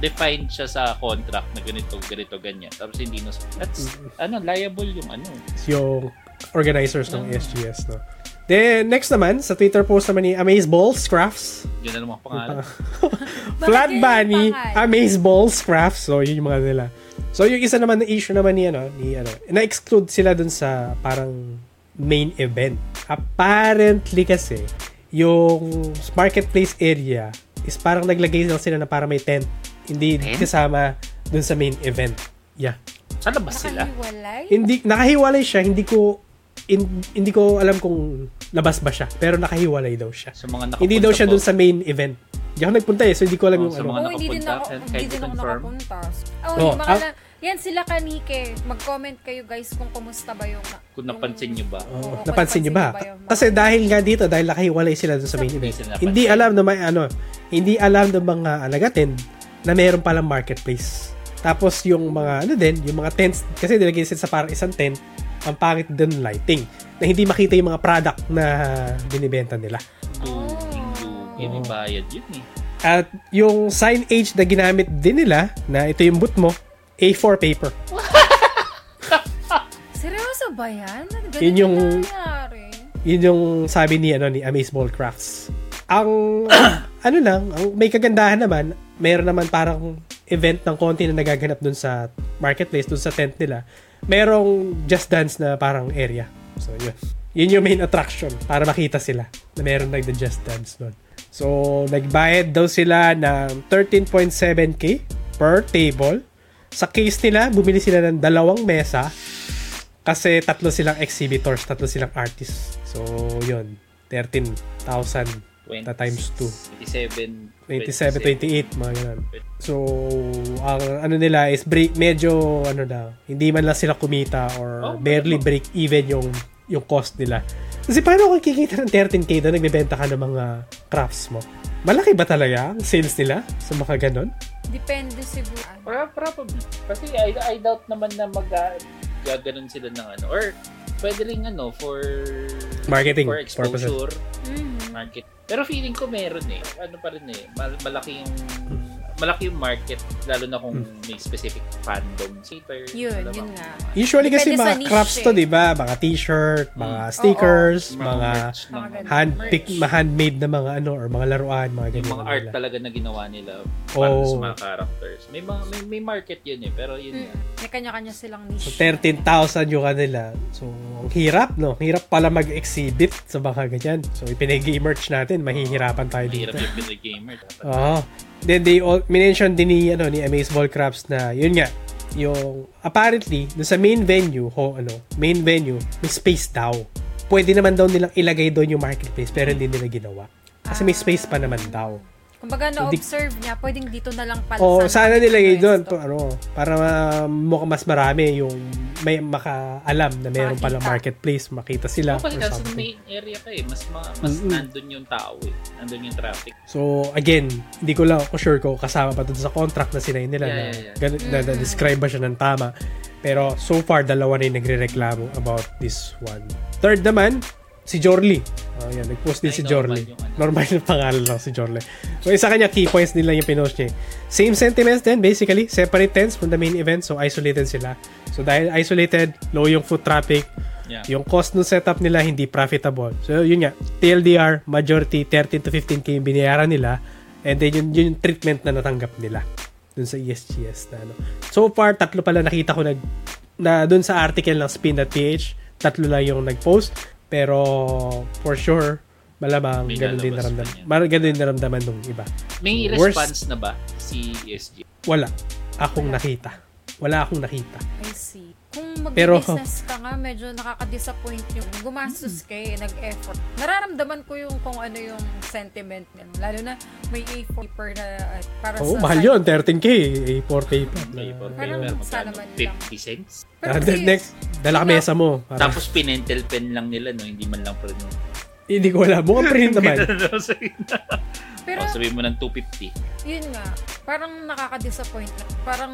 defined siya sa contract na ganito, ganito, ganyan. Tapos hindi na, that's, Mm-hmm. ano, liable yung ano. Yung organizers ng SGS, no? Then, next naman, sa Twitter post naman ni Amazeballs Crafts. Yun na naman ang Diba? pangalan. yun Flat yung Bunny, Ah, pangal? Amazeballs Crafts. So, yun yung mga nila. So, yung isa naman na issue naman ni, ano, ni, ano, na-exclude sila dun sa parang main event. Apparently kasi, yung marketplace area is parang naglagay lang sila na parang may tent. Hindi Tent? kasama dun sa main event. Yeah. Sa labas sila. Nakahiwalay? Hindi, nakahiwalay siya. Hindi ko, in- hindi ko alam kung labas ba siya. Pero nakahiwalay daw siya. Sa mga nakapunta Hindi daw siya po. dun sa main event. Hindi ako nagpunta eh, so hindi ko alam Oh, yung sa ano. mga Oh, hindi din nakapunta? ako, Can- can hindi you din ako confirm? nakapunta. Oh, Oh, yung mga ah- la- yan sila kanike. Mag-comment kayo guys kung kumusta ba yung... Kung napansin nyo ba? Oo. Oo, kung napansin niyo ba? napansin niyo ba yung Kasi dahil nga dito, dahil nakahiwalay sila dun sa main Hindi event, sila napansin. hindi alam na may ano, hindi alam ng mga alagatin na meron palang marketplace. Tapos yung mga ano din, yung mga tents, kasi nilagay sila sa parang isang tent, ang pangit din lighting, na hindi makita yung mga product na binibenta nila. Duging, duging. May bayad yun eh. At yung signage na ginamit din nila, na ito yung boot mo, A4 paper. Seryoso ba yan? Ano, Ganun Yun yung- nangyari? Yun yung sabi ni ano ni Amazeball Crafts. Ang ano lang, ang may kagandahan naman, meron naman parang event ng konti na nagaganap dun sa marketplace, dun sa tent nila. Merong just dance na parang area. So, yun. Yun yung main attraction para makita sila na meron nagda-just dance dun. So, nagbayad daw sila ng 13.7k per table. Sa case nila, bumili sila ng dalawang mesa kasi tatlo silang exhibitors, tatlo silang artists. So, yun. 13,000 na times 2. 27. 27, 28, mga ganun. So, ang ano nila is break, medyo, ano daw, hindi man lang sila kumita or Oh, barely break even yung yung cost nila. Kasi paano kung kikita ng 13k na nagbebenta ka ng mga crafts mo? Malaki ba talaga ang sales nila sa mga ganun? Depende siguro. Prob- Probably. Kasi I, I doubt naman na mag gaganon sila ah, ng ano. Or, pwede rin ano, for... Marketing For purposes. exposure. Mhm. Market. Pero feeling ko meron eh. Ano pa rin eh. Mal- malaki yung malaki yung market lalo na kung Hmm. may specific fandom Twitter Yun, yun nga. Usually kasi Depende sa mga niche crafts to, eh. Mm. di ba? Mga t-shirt, mga stickers, mga mga, Mga ganun. handpick, Merch. mga handmade na mga ano, or mga laruan, mga Oh. ganyan. yung mga art nila. talaga na ginawa nila para Oo. sa mga characters. May mga may, may market yun eh, pero yun nga. Mm. Hmm. May kanya-kanya silang So, niche. 13,000 yung kanila. So, ang hirap, no? Ang Hirap pala mag-exhibit sa mga ganyan. So, ipinag-merch natin, mahihirapan tayo Mahirap dito. yung pinag gamer dapat. Oo. Then they all, minention din ni, ano, ni Amazeball Crafts na, yun nga, yung, apparently, dun sa main venue, ho, ano, main venue, may space daw. Pwede naman daw nilang ilagay doon yung marketplace, pero hindi nila ginawa. Kasi Ah. may space pa naman daw. Kumbaga So, di- na-observe niya, pwedeng dito na lang pala. O, sana nilagay doon, pwesto. pa- ano, para ma- mukhang mas marami yung may makaalam na meron palang Makita. marketplace, makita sila. Hmm. Oh, kasi or nasa something. main area ka eh. Mas, ma- mas Mm-mm. nandun yung tao eh. Nandun yung traffic. So, again, hindi ko lang ako sure ko kasama pa dun sa contract na sinayin nila Yeah, na, yeah, yeah. gan- na, describe ba siya ng tama. Pero so far, dalawa na yung nagre-reklamo about this one. Third naman, si Jorly. Oh, yan, nag-post din Ay, si normal Jorly. yung ano. Normal yung pangalan lang si Jorly. So, isa kanya, key points nila yung pinost niya. eh. Same sentiments then basically. Separate tents from the main event, so isolated sila. So, dahil isolated, low yung foot traffic, Yeah. yung cost ng setup nila hindi profitable. So yun nga, TLDR, majority 13 to 15k yung binayaran nila and then yun, yun yung treatment na natanggap nila dun sa ESGS na ano. So far, tatlo pala nakita ko nag, na dun sa article ng spin.ph, tatlo lang yung nag-post. Pero for sure, malamang May ganun din lalabas naramdaman. pa niya. Mar- ganun din naramdaman nung iba. May Worst- response na ba si E ESG? Wala. Akong nakita. Wala akong nakita. I see. Kung Pero- Mm. mag-business ka nga, medyo nakaka-disappoint yung gumastos ka eh, nag-effort. Nararamdaman ko yung kung ano yung sentiment nila. Lalo na may A4 paper na uh, para Oo, sa... mahal side- yun. eh, 13k. A4 paper. Labor Parang paper, sana magkano? man lang. 50 cents? Pero Ah, kasi- next, dala ka mesa mo. Para- Tapos pinentel pen lang nila, no? Hindi man lang print. Hindi ko alam. Mukhang print naman. Pero oh, sabihin mo ng 250. yun nga, parang nakaka-disappoint. Parang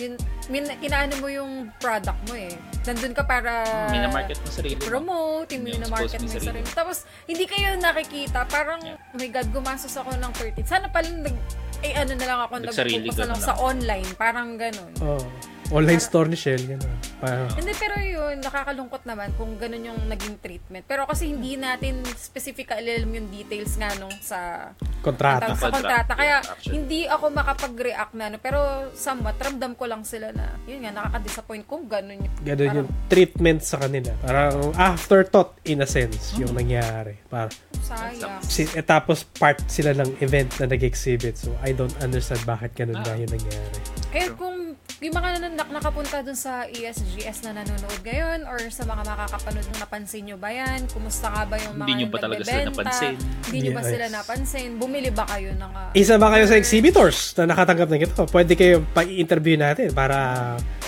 yun, min, inaano mo yung product mo eh. Nandun ka para Minamarket mo sarili mo. promote, yung Yung minamarket mo expose mo yung sarili. sarili. mo. Tapos, hindi kayo nakikita. Parang, Yeah. oh my God, gumastos ako ng 30. Sana pala nag, ay ano na lang ako, Nagsarili nag-focus ka na lang na sa lang. online. Parang ganun. Oh, online store ni Shell. Ganun. Parang, Hindi, pero yun, nakakalungkot naman kung ganun yung naging treatment. Pero kasi hindi natin specific alam yung details nga nung sa kontrata. Tawag sa kontrata. Kontrata, Kaya yeah, actually. hindi ako makapag-react na ano. Pero somewhat, ramdam ko lang sila na, yun nga, nakaka-disappoint kung ganun yun. Ganun yung treatment sa kanila. Parang afterthought in a sense yung nangyari. Parang, oh, Sayang. si, eh, tapos part sila ng event na nag-exhibit. So, I don't understand bakit ganun ba yung nangyari. Kaya kung yung mga nananak nakapunta dun sa E ESGS na nanonood ngayon or sa mga makakapanood nung napansin nyo ba yan? Kumusta nga ba yung mga Hindi nyo yung ba talaga sila nagbebenta? napansin? Hindi nyo ba Yes. sila napansin? Bumili ba kayo ng... ah, Isa ba kayo sa exhibitors na nakatanggap ng ito? Pwede kayo pa-interview natin para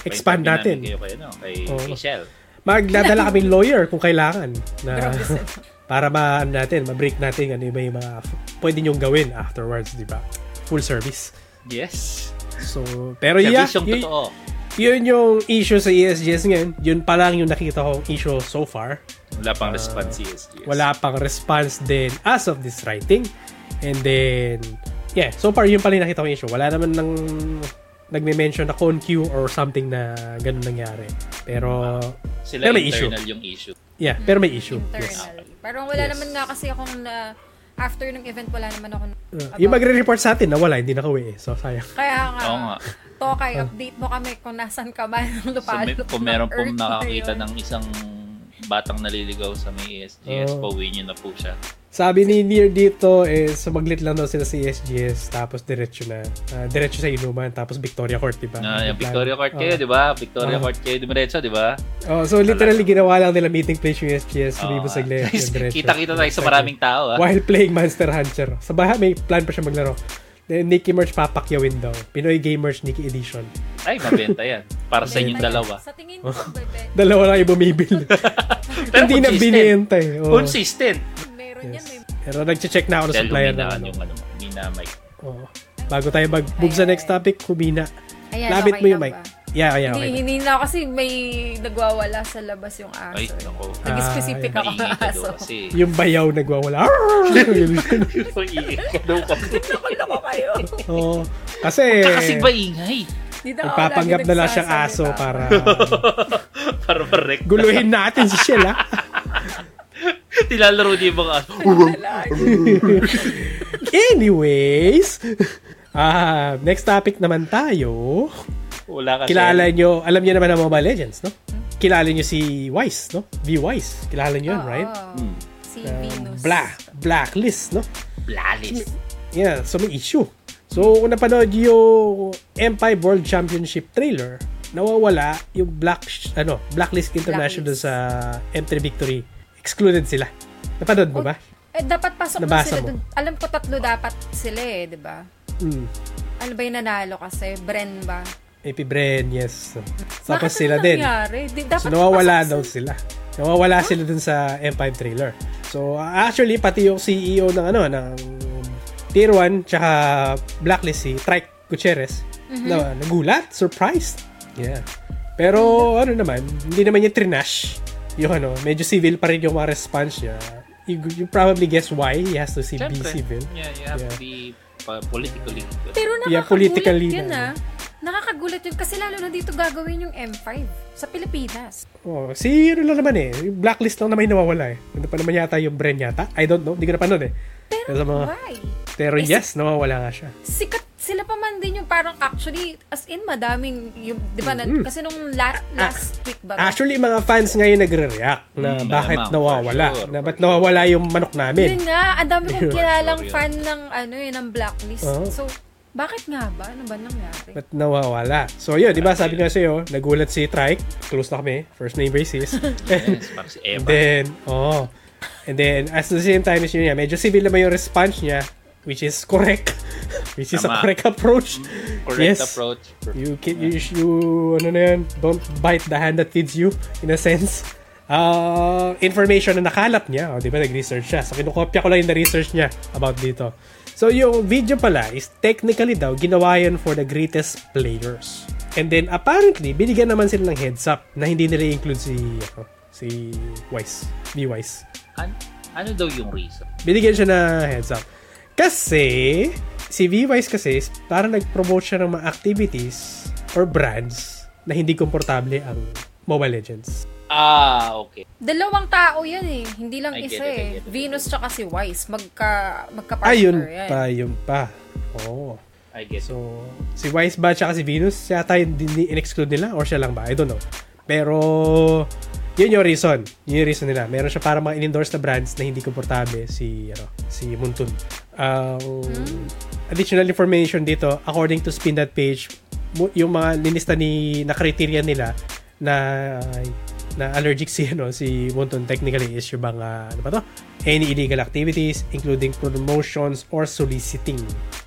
expand Paintabi natin. Kayo kayo, no? Kay, Oo. kay Shell. Magdadala kaming lawyer kung kailangan. Na, Grabe sila. para ma ano natin, ma-break natin ano yung may mga f- pwede niyong gawin afterwards, di ba? Full service. Yes. So, pero yeah, Servisyong yun, totoo. yun yung issue sa E ESGS ngayon. Yun pa lang yung nakita kong issue so far. Wala pang response si Ah, ESG. Wala pang response din as of this writing. And then, yeah, so far yun pala yung nakita kong issue. Wala naman ng nagme-mention na conqueue or something na ganun nangyari. Pero, Sila Pero may internal yung issue. yeah, pero may issue. Yes. Internal. Parang wala Yes. naman nga kasi akong na... After ng event, wala naman ako... na- Uh, yung magre-report sa atin, nawala, hindi nakauwi eh. So, sayang. Kaya nga. Oo nga. Tokay, update mo kami kung nasan ka man ng So, lupa. may, kung meron pong nakakita ng isang batang naliligaw sa may E ESGS, Oo. pauwi nyo na po siya. Sabi ni Near dito is maglit lang daw sila sa E ESGS tapos diretso na ah, diretso sa inuman tapos Victoria Court di ba? Na, Ah, Yung Ah, yung plan. Victoria Court kayo, Oo. di ba? Victoria Oo. Court kayo dumiretso, di ba? Oh, so literally ginawa lang nila meeting place yung E ESGS sa Oo Libo nga. Saglit yung diretso. Ah. Kita-kita tayo sa maraming tao, ah. While playing Monster Hunter. Sa bahay may plan pa siya maglaro. Then, Nikki merch papakyawin daw. Pinoy Gamers Nikki Edition. Ay, mabenta yan. Para sa inyong dalawa. Sa tingin ko, bebe, Dalawa lang yung bumibil. Hindi na consistent. binenta eh. Oo. Consistent. meron yan. May... Yes. Pero nagche-check na ako ng Dahil supplier na luminaan ano. yung ano, mina mic. Oo. Bago tayo mag-move sa next topic, kumina. eh. Ayan, Labit okay mo yung lang mic. ba? Yeah, yeah, Hindi, okay. hindi na kasi may nagwawala sa labas yung aso. Ay, eh. nako. Nag-specific ako ng Maingay ka aso. daw kasi. Yung bayaw nagwawala. Yun. Eh. Maingay ka daw kasi. Ako kayo. Oo. kasi, Kakasing ba ingay? Dito ako nagpapanggap lagi na lang siyang aso nagsasalita. para um, Para correct. guluhin natin si Shell, ha? Tilalaro niya yung mga aso. Anyways, ah next topic naman tayo. Wala kasi. Kilala nyo, alam nyo naman ang Mobile Legends, no? Kilala nyo si Wise, no? V Wise. Kilala nyo yun, Oo. right? Hmm. Si Um, Venus. Bla, blacklist, no? Blalis. Yeah, so may issue. So, kung napanood yung M5 World Championship trailer, nawawala yung black, ano, Blacklist International Blacklist. sa M3 Victory. Excluded sila. Napanood mo ba? Eh, dapat pasok na Nabasa sila mo. dun. Alam ko tatlo dapat sila eh, di ba? Mm. Ano ba yung nanalo kasi? Bren ba? AP Bren, yes. Tapos Bakit sila ano din. nangyari? Di, dapat So, nawawala pasok daw sila. Ah. sila. Nawawala sila dun sa M5 trailer. So, uh, actually, pati yung CEO ng ano, ng Tier 1, tsaka Blacklist, si Trike Gutierrez, Mm-hmm. na, nagulat, surprised. Yeah. Pero, Mm-hmm. ano naman, hindi naman niya trinash. Yung ano, medyo civil pa rin yung mga response niya. You, you probably guess why he has to si be Siyempre. civil. Yeah, you have to be pa- politically. Pero Yeah, nakakagulat politically yun na. ah. Nakakagulat yun kasi lalo na dito gagawin yung M5 sa Pilipinas. Oh, si ano lang naman eh. Yung blacklist lang naman yung nawawala eh. Ano pa naman yata yung brand yata? I don't know. Hindi ko napanood eh. Pero, sa mga, Why? pero Is- yes, nawawala nga siya. Sikat sila pa man din yung parang actually as in madaming yung di ba na- Mm. kasi nung la- Ah. last week ba Actually, mga fans ngayon nagre-react na Hmm, bakit malamang, nawawala. for sure, na for ba't sure. nawawala yung manok namin? Yun nga, ang dami kong Yun, kilalang sorry, fan ng ano eh, ng blacklist. Oo. So, bakit nga ba? Ano ba nangyari? Ba't nawawala? So yun, di ba sabi nga sa'yo, nagulat si Trike. Close na kami. First name basis. Yes, parang si And Eva. then, oh. And then, as the same time as yun niya, medyo civil naman yung response niya, which is correct. which is a Tama. Mm, correct approach. Correct Yes. approach. You can you, sh- you ano na yan, don't bite the hand that feeds you in a sense. Uh, information na nakalap niya, o, di ba nag-research siya. So kinukopya ko lang yung na-research niya about dito. So yung video pala is technically daw ginawa yun for the greatest players. And then apparently binigyan naman sila ng heads up na hindi nila include si ano, si Wise, B Wise. An- ano daw yung reason? Binigyan siya na heads up. Kasi, si V-Wise kasi, is parang nag-promote siya ng mga activities or brands na hindi komportable ang Mobile Legends. Ah, okay. Dalawang tao yan eh. Hindi lang I get isa it, eh. I get it. Venus tsaka si Wise. Magka, magka-partner Ayun yan. pa, yun pa. Oo. I guess. So, So, si Wise ba tsaka si Venus, yata yun din ni- in-exclude nila or siya lang ba? I don't know. Pero, yun yung reason. Yun yung reason nila. Meron siya para mga in-endorse na brands na hindi komportable si, ano, si Muntun. Uh, Additional information dito, according to spin that page, mu- yung mga linista ni, na criteria nila na na allergic si ano si Muntun technically is yung mga ano ba to? Any illegal activities including promotions or soliciting.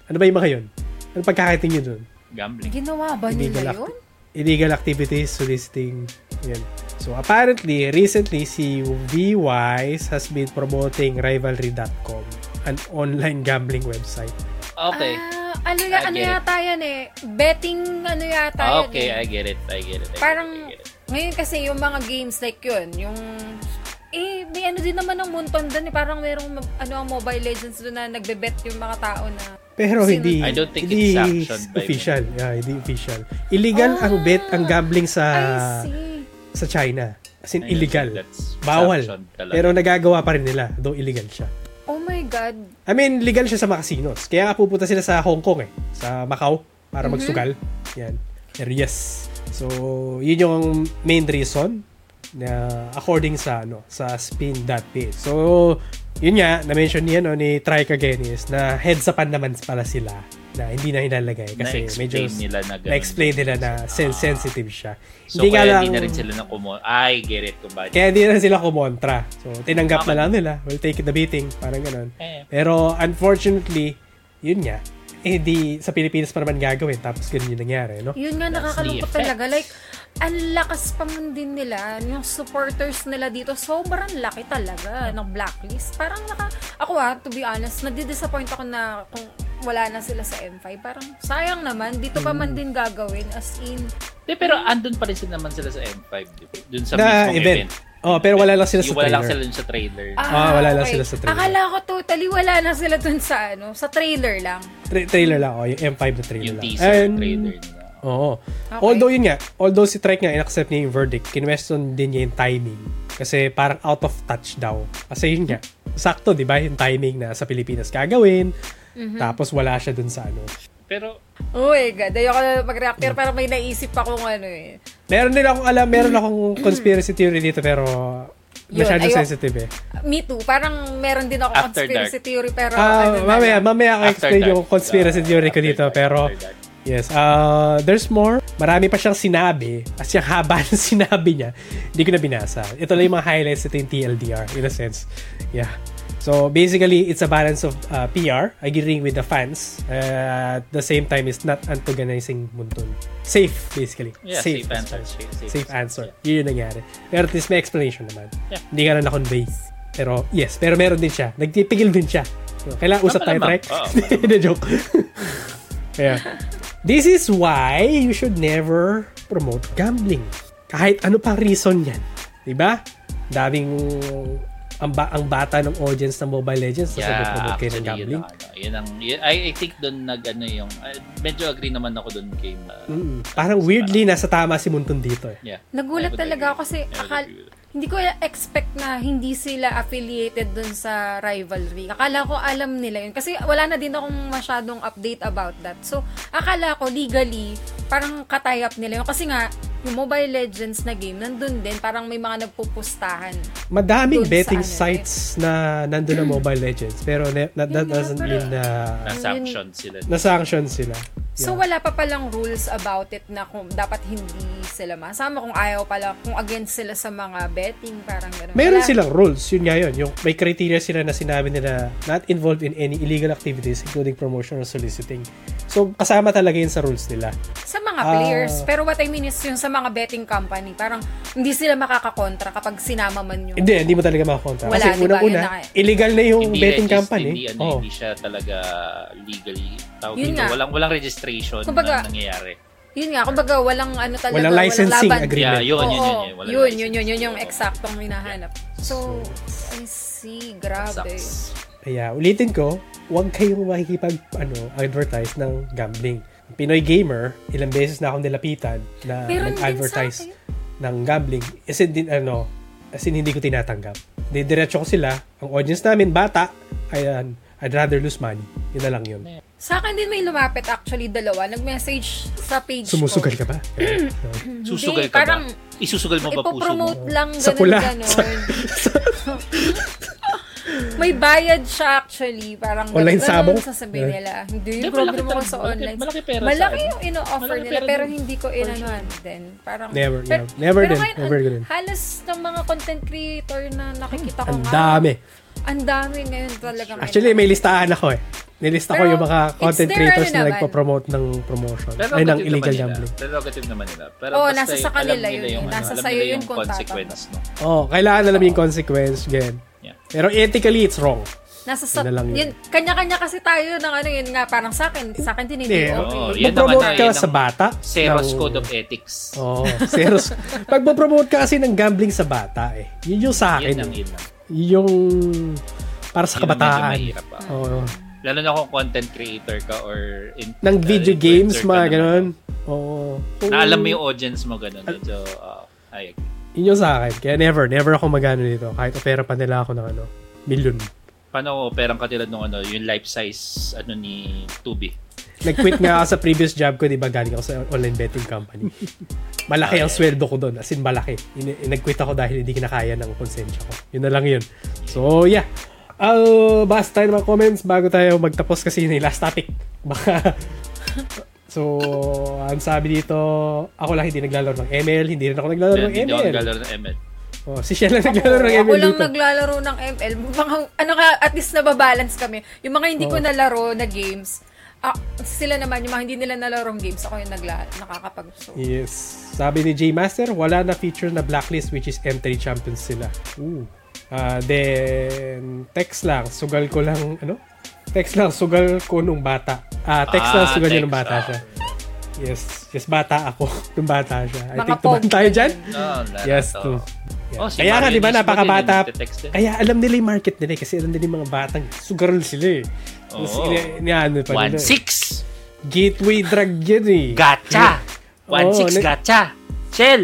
Ano ba yung mga yun? Ano pagkakating yun dun? gambling. Ginawa ba act- nila Ano yun? illegal activities, soliciting, yun. So apparently, recently, si VWise has been promoting Rivalry.com, an online gambling website. Okay. Ah, ano, I ya, ano get it. yata yan eh. Betting ano yata Ah, yan okay, eh. I get it. I get it. I get it, Parang, I get it. ngayon kasi yung mga games like yun, yung, eh, may ano din naman ng munton doon eh. Parang merong, ma- ano, ang Mobile Legends doon na nagbe-bet yung mga tao na, Pero Sino- hindi I don't think hindi it's sanctioned by official. Yeah, hindi official. Illegal ang bet ang gambling sa Ah, I see. sa China. As in I don't illegal. think that's Bawal. sanctioned talaga. Pero nagagawa pa rin nila, though illegal siya. Oh my God. I mean, legal siya sa mga casinos. Kaya nga pupunta sila sa Hong Kong eh. Sa Macau. Mhm. Para magsugal. Yan. Pero yes. So, yun yung main reason na according sa ano sa spin that page. So, yun nga, na-mention niya no, ni Trike again is na heads upan naman pala sila na hindi na hinalagay kasi Na-explain medyo nila na ganun. Ah. na-explain nila na sen- sensitive siya. So, nga kaya lang- hindi na rin sila na kumo. I get it kung bakit. kaya hindi na sila kumontra. So, tinanggap na lang nila. We'll take the beating. Parang ganun. Eh. Pero, unfortunately, yun nga. Eh, di sa Pilipinas pa naman gagawin. Tapos ganun yung nangyari, no? Yun nga, nakakalungkot effect. talaga. Like, ang lakas pa man din nila, yung supporters nila dito, sobrang laki talaga ng blacklist. Parang naka, ako ah, to be honest, nadidisappoint ako na kung wala na sila sa M5. Parang sayang naman, dito pa Mm. man din gagawin as in Di, pero andun pa rin sila naman sila sa M5, di ba? Dun sa Na mismong event. event. Oh, pero wala lang sila sa Yung wala lang trailer. sila dun sa trailer. Ah, wala lang sila sa trailer. Akala ko totally wala na sila dun sa ano, sa trailer lang. Tra- trailer lang, oh, yung M5 na trailer yung lang. teaser And- trailer nila. Oo. Although yun nga, although si Trek nga in-accept niya yung verdict, kinwestiyon din niya yung timing. Kasi parang out of touch daw. Kasi yun nga, sakto, di ba? Yung timing na sa Pilipinas gagawin. Tapos wala siya dun sa ano. Pero, Oh my God, ayoko na mag-react pero parang may naisip akong ano eh. Meron din akong alam, meron akong conspiracy theory dito pero Yun, masyado ayaw- sensitive eh. Me too, parang meron din ako After conspiracy theory pero Ah, ano na mamaya, lang. mamaya ako after explain dark. yung conspiracy Ah, theory ko after dito dark, pero after dark. Yes, uh, there's more. Marami pa siyang sinabi. As yung haba ng sinabi niya, hindi ko na binasa. Ito lang yung mga highlights nito yung TLDR, in a sense. Yeah. So, basically, it's a balance of uh, PR, agreeing with the fans, uh, at the same time, it's not antagonizing Muntun. Safe, basically. Yeah, safe answer, Safe, safe- safe, safe answer. answer. Yun yung nangyari. Pero at least may explanation naman. Yeah. Hindi ka na na-convey. Pero, yes, pero meron din siya. Nagtipigil din siya. Kailangan usap tayo, Malamang. Trek. Oo, Hindi, joke. yeah. This is why you should never promote gambling. Kahit ano pang reason yan. Diba? Daming ang, ba- ang bata ng audience ng Mobile Legends tapos yeah, promote kayo ng actually, gambling. Yun, ang ano, yun ang, yun, I, I think doon nag, ano yung, uh, medyo agree naman ako doon kay, uh, Mm, parang weirdly, nasa tama si Muntun dito eh. yeah. Nagulat I would talaga ako kasi I would akal- agree with that. Hindi ko expect na hindi sila affiliated dun sa rivalry. Akala ko alam nila yun. Kasi wala na din akong masyadong update about that. So, akala ko legally, parang katayap nila yun. Kasi nga, yung Mobile Legends na game, nandun din. Parang may mga nagpupustahan. Madaming Doon sa betting ano eh. sites na nandun ang Mobile Legends pero ne- na- that Yun nga, doesn't pero- mean na Na-sanction sila. na-sanction sila. So, Yeah. wala pa palang rules about it na kung dapat hindi sila masama. Kung ayaw pala, kung against sila sa mga betting, parang ganun. Meron Wala- silang rules, yun nga yun. Yung may criteria sila na sinabi nila not involved in any illegal activities including promotion or soliciting. So kasama talaga yun sa rules nila. Sa mga Ah. players. Pero what I mean is yung sa mga betting company, parang hindi sila makakakontra kapag sinama man yung... Hindi, hindi mo talaga makakontra. Wala, Kasi di ba? unang-una, Yun na nga eh. illegal na yung Hindi betting regis- company. Hindi, ano, oh. hindi siya talaga legally, tawag Yun dito, nga. walang, walang registration Kumbaga, na nangyayari. Yun nga, kumbaga walang ano talaga, Walang licensing laban. agreement. Yeah, yun, yun, Oo, yun, yun. Walang yun, license. yun, yun, yun yung Oo. eksaktong hinahanap. So, I see, grabe. Sucks. Kaya ulitin ko, huwag kayong makikipag ano, advertise ng gambling. Ang Pinoy gamer, ilang beses na akong nilapitan na Meron din sa nag-advertise ng gambling. As in, din, ano, as in, hindi ko tinatanggap. Didiretso ko sila. Ang audience namin, bata. Ayan, I'd rather lose money. Yun na lang yun. Sa akin din may lumapit actually dalawa. Nag-message sa page Sumusugal ka ko. ba? Susugal Hindi, Mhm. ka parang- ba? Isusugal mo ba puso mo? Ipopromote lang Sa pula. ganun-ganun. Sa- may bayad siya actually. Parang Online ganun-ganun sabong? sasabihin nila. Hindi, Hindi, yung problem malaki ako talaga. sa Malaki- online. malaki pera sa Malaki akin. yung ino-offer Malaki nila, pera pero din. hindi ko inanuhan din. Parang, Never, pero- yeah. Never pero din. ngayon, Never ang- din. Halos ng mga content creator na nakikita ko Ang nga. dami. Ang dami ngayon talaga. Actually, may listahan ako eh. Nilista ko Pero yung mga it's content their creators na ano naman. nagpo-promote ng promotion. Prerogative Ay, ng naman illegal nila. gambling. Prerogative naman nila. Pero Oo, basta nasa sa alam kanila nila yun yung eh. ano, Nasa alam sa'yo nila yun kung consequence. No? Oh, kailangan alam yung consequence. Ganyan. Yeah. Pero ethically, it's wrong. Nasa sa, Yun na lang yun. yun, kanya-kanya kasi tayo ng ano yun nga, parang sa akin, sa akin din hindi Hindi. okay. Oo, yan Mag-promote ang ano, ka yan ang sa bata. Seros ng- Code of Ethics. Oo, oh, Seros. Pag promote ka kasi ng gambling sa bata eh. Yun yung sa Yun akin. ang eh. yun ang. Yun yung para sa Yun ang medyo kabataan. mahirap, ah. Oh. Oo. Lalo na kung content creator ka or in, Ng uh, video games, influencer ka mga naman. ganun. Oo. Kung- Na alam mo yung audience mo ganun. Medyo, uh, ay, Yun yung sa akin. Kaya never, never ako magano dito. Kahit opera pa nila ako ng ano, million. paano operang katulad nung ano, yung life size ano ni Tubi. Nag-quit nga ako sa previous job ko, di ba? Galing ako sa online betting company. Malaki ang sweldo ko doon. As in, malaki. In- in- nag-quit ako dahil hindi kinakaya ng konsensya ko. Yun na lang yun. So, yeah. Uh, basta tayo ng mga comments bago tayo magtapos kasi yun yung last topic. Baka... So, ang sabi dito, ako lang hindi naglalaro ng ML, hindi rin ako naglalaro ng Hindi daw ang ML. galaro ng ML. Oh, si Shell lang naglalaro ng ako ML lang dito. naglalaro ng ML. Mga, ano ka, at least nababalance kami. Yung mga hindi ko Oo. nalaro na games, ah, sila naman, yung mga hindi nila nalarong games, ako yung nagla, nakakapag so. Yes. Sabi ni J Master, wala na feature na blacklist which is M3 champions sila. Ooh. Ah, then, text lang. Sugal ko lang, ano? Text lang, sugal ko nung bata. Ah, text Ah, lang, sugal niya text, nung bata ah. siya. Yes, yes, bata ako. nung bata siya. I Mga think tumahan pog. tayo dyan. No, wala na Yes, to. to. Oh, si Kaya nga, Mario di ba, Luis napakabata. din, nagte-text din. Kaya alam nila yung market nila eh, kasi alam nila yung mga batang sugarol sila eh. Tapos Oo. ina- inaano pa nila. 1-6. Gateway drug yan eh. Gacha. Oo, 1-6 nag- gacha. Shell.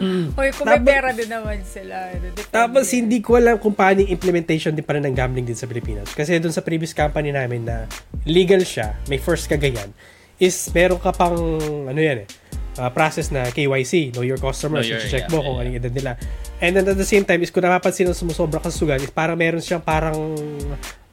Hoy, kung Hmm. may Tapos- pera din naman sila. ano, depende. Tapos hindi ko alam kung paano yung implementation din pala ng gambling din sa Pilipinas. Kasi doon sa previous company namin na legal siya, may first kagayan, is meron ka pang, ano yan eh, uh, process na KYC, know your customers, Know your- check yeah, mo yeah, kung yeah. anong edad nila. And then at the same time, is kung napapansin na sumusobra ka sa sugal, is parang meron siyang parang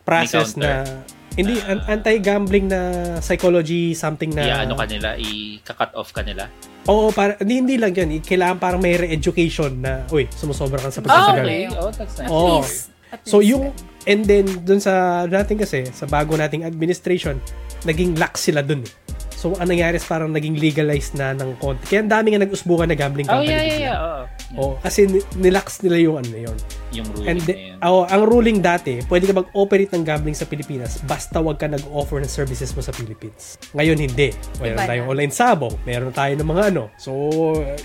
process na, counter. hindi, an- anti-gambling na psychology something na, Ah. Yeah, ano kanila, i-cut off kanila. oo, para, hindi, hindi lang yan, kailangan parang may re-education na, uy, sumusobra ka sa Ah, pagsusugal. okay. Oh, that's nice. Oo. Please. At So least yung and then dun sa natin kasi sa bago nating administration naging lax sila dun. eh. So ang nangyari is parang naging legalized na ng konti. Kaya ang dami nga nag-usbukan na gambling Oh, company. Oh, yeah, yeah, bigla. yeah. oo. Oo, kasi ni- nilax nila yung ano na yun. Yung ruling And na the- yun. oh, ang ruling dati, pwede ka mag-operate ng gambling sa Pilipinas basta wag ka nag-offer ng services mo sa Philippines. Ngayon hindi. Meron Iba na. tayong online sabong, meron tayo ng mga ano. So,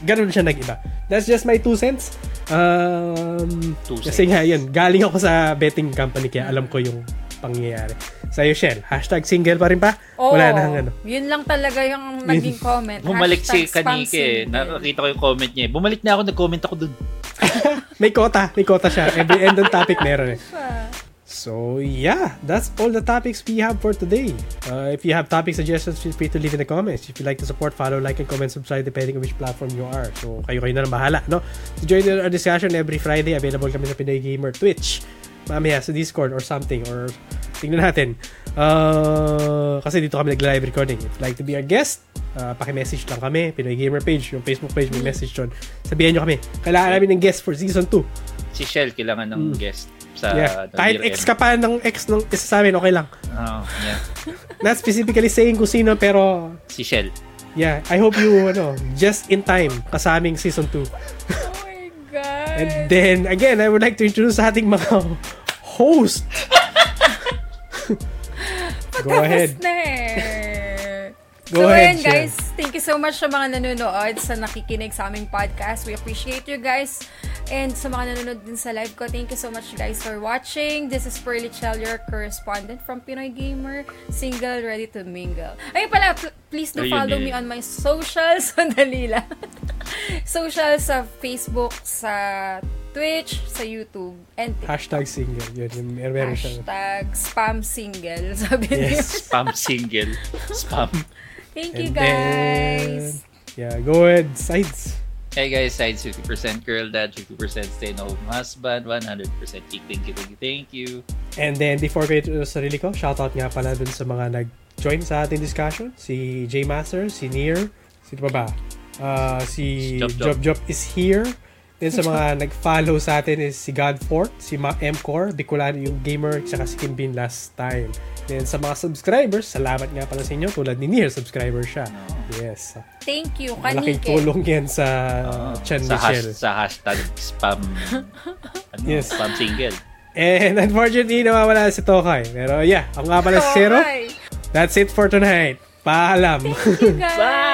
ganun siya nag-iba. That's just my two cents. Um, Two kasi cents. nga yun, galing ako sa betting company kaya alam ko yung pangyayari. Sa'yo, Shell, hashtag single pa rin pa? Oo. Wala na ang ano. Yun lang talaga yung naging comment. Bumalik si Hashtag spam Kanike. eh. single. Nakakita ko yung comment niya. eh. Bumalik na ako, nag-comment ako dun. May quota, may quota siya. Every end on topic meron eh. So yeah, that's all the topics we have for today. Uh, if you have topic suggestions, feel free to leave in the comments. If you like to support, follow, like, and comment, subscribe depending on which platform you are. So kayo kayo na lang bahala, no? To join in our discussion every Friday, available kami sa Pinoy Gamer Twitch. Mamaya sa Discord or something or tingnan natin. Uh, kasi dito kami nag-live recording. If you'd like to be our guest, uh, paki-message lang kami, Pinoy Gamer page, yung Facebook page, may message doon. Sabihan nyo kami, kailangan namin ng guest for season 2. Si Shell, kailangan ng guest sa Yeah. ano, Kahit year ex end. ka pa ng ex ng isa sa amin, okay lang. Oo, Oh, yeah. Not specifically saying kung sino, pero Si Shell. yeah, I hope you, ano, just in time, kasaming season 2. Oh my God. And then, again, I would like to introduce sa ating mga host. Go ahead. Tapos na eh. Go so, ahead, ayun, Shell. guys. Thank you so much sa mga nanonood sa nakikinig sa aming podcast. We appreciate you guys. And sa mga nanonood din sa live ko, thank you so much guys for watching. This is Pearly Chell, your correspondent from Pinoy Gamer. Single, ready to mingle. Ayun pala, pl- please do Ayun follow eh. me on my socials. Sandali lang. socials sa Facebook, sa Twitch, sa YouTube, and TikTok. Hashtag single. Yun, yun, meron meron siya. Hashtag spam single. Sabi niya. Yes. Spam single. Spam. Thank you And then, guys. yeah, go ahead, sides. Hey guys, sides 50% girl dad, 50% stay home husband, 100% geek. Thank you, thank you, thank you. And then, before ko introduce sarili ko, shoutout nga pala dun sa mga nag-join sa ating discussion. Si J Master, si Nier, sino pa ba? Ah, si Si Job Job. Job Job is here. Then sa mga nag-follow sa atin is si Godfort, si Ma Mcor, Bicolano yung gamer, tsaka si Kim Bin last time. Then sa mga subscribers, salamat nga pala sa inyo. Tulad ni Nier, subscriber siya. Yes. Thank you, Malaking Kanike. tulong yan sa uh, Chan Oh. sa, Michelle. has- sa hashtag spam ano, Yes. spam single. And unfortunately, nawawala si Tokay. Pero yeah, ako nga pala si Zero. Bye. That's it for tonight. Paalam. Thank you guys.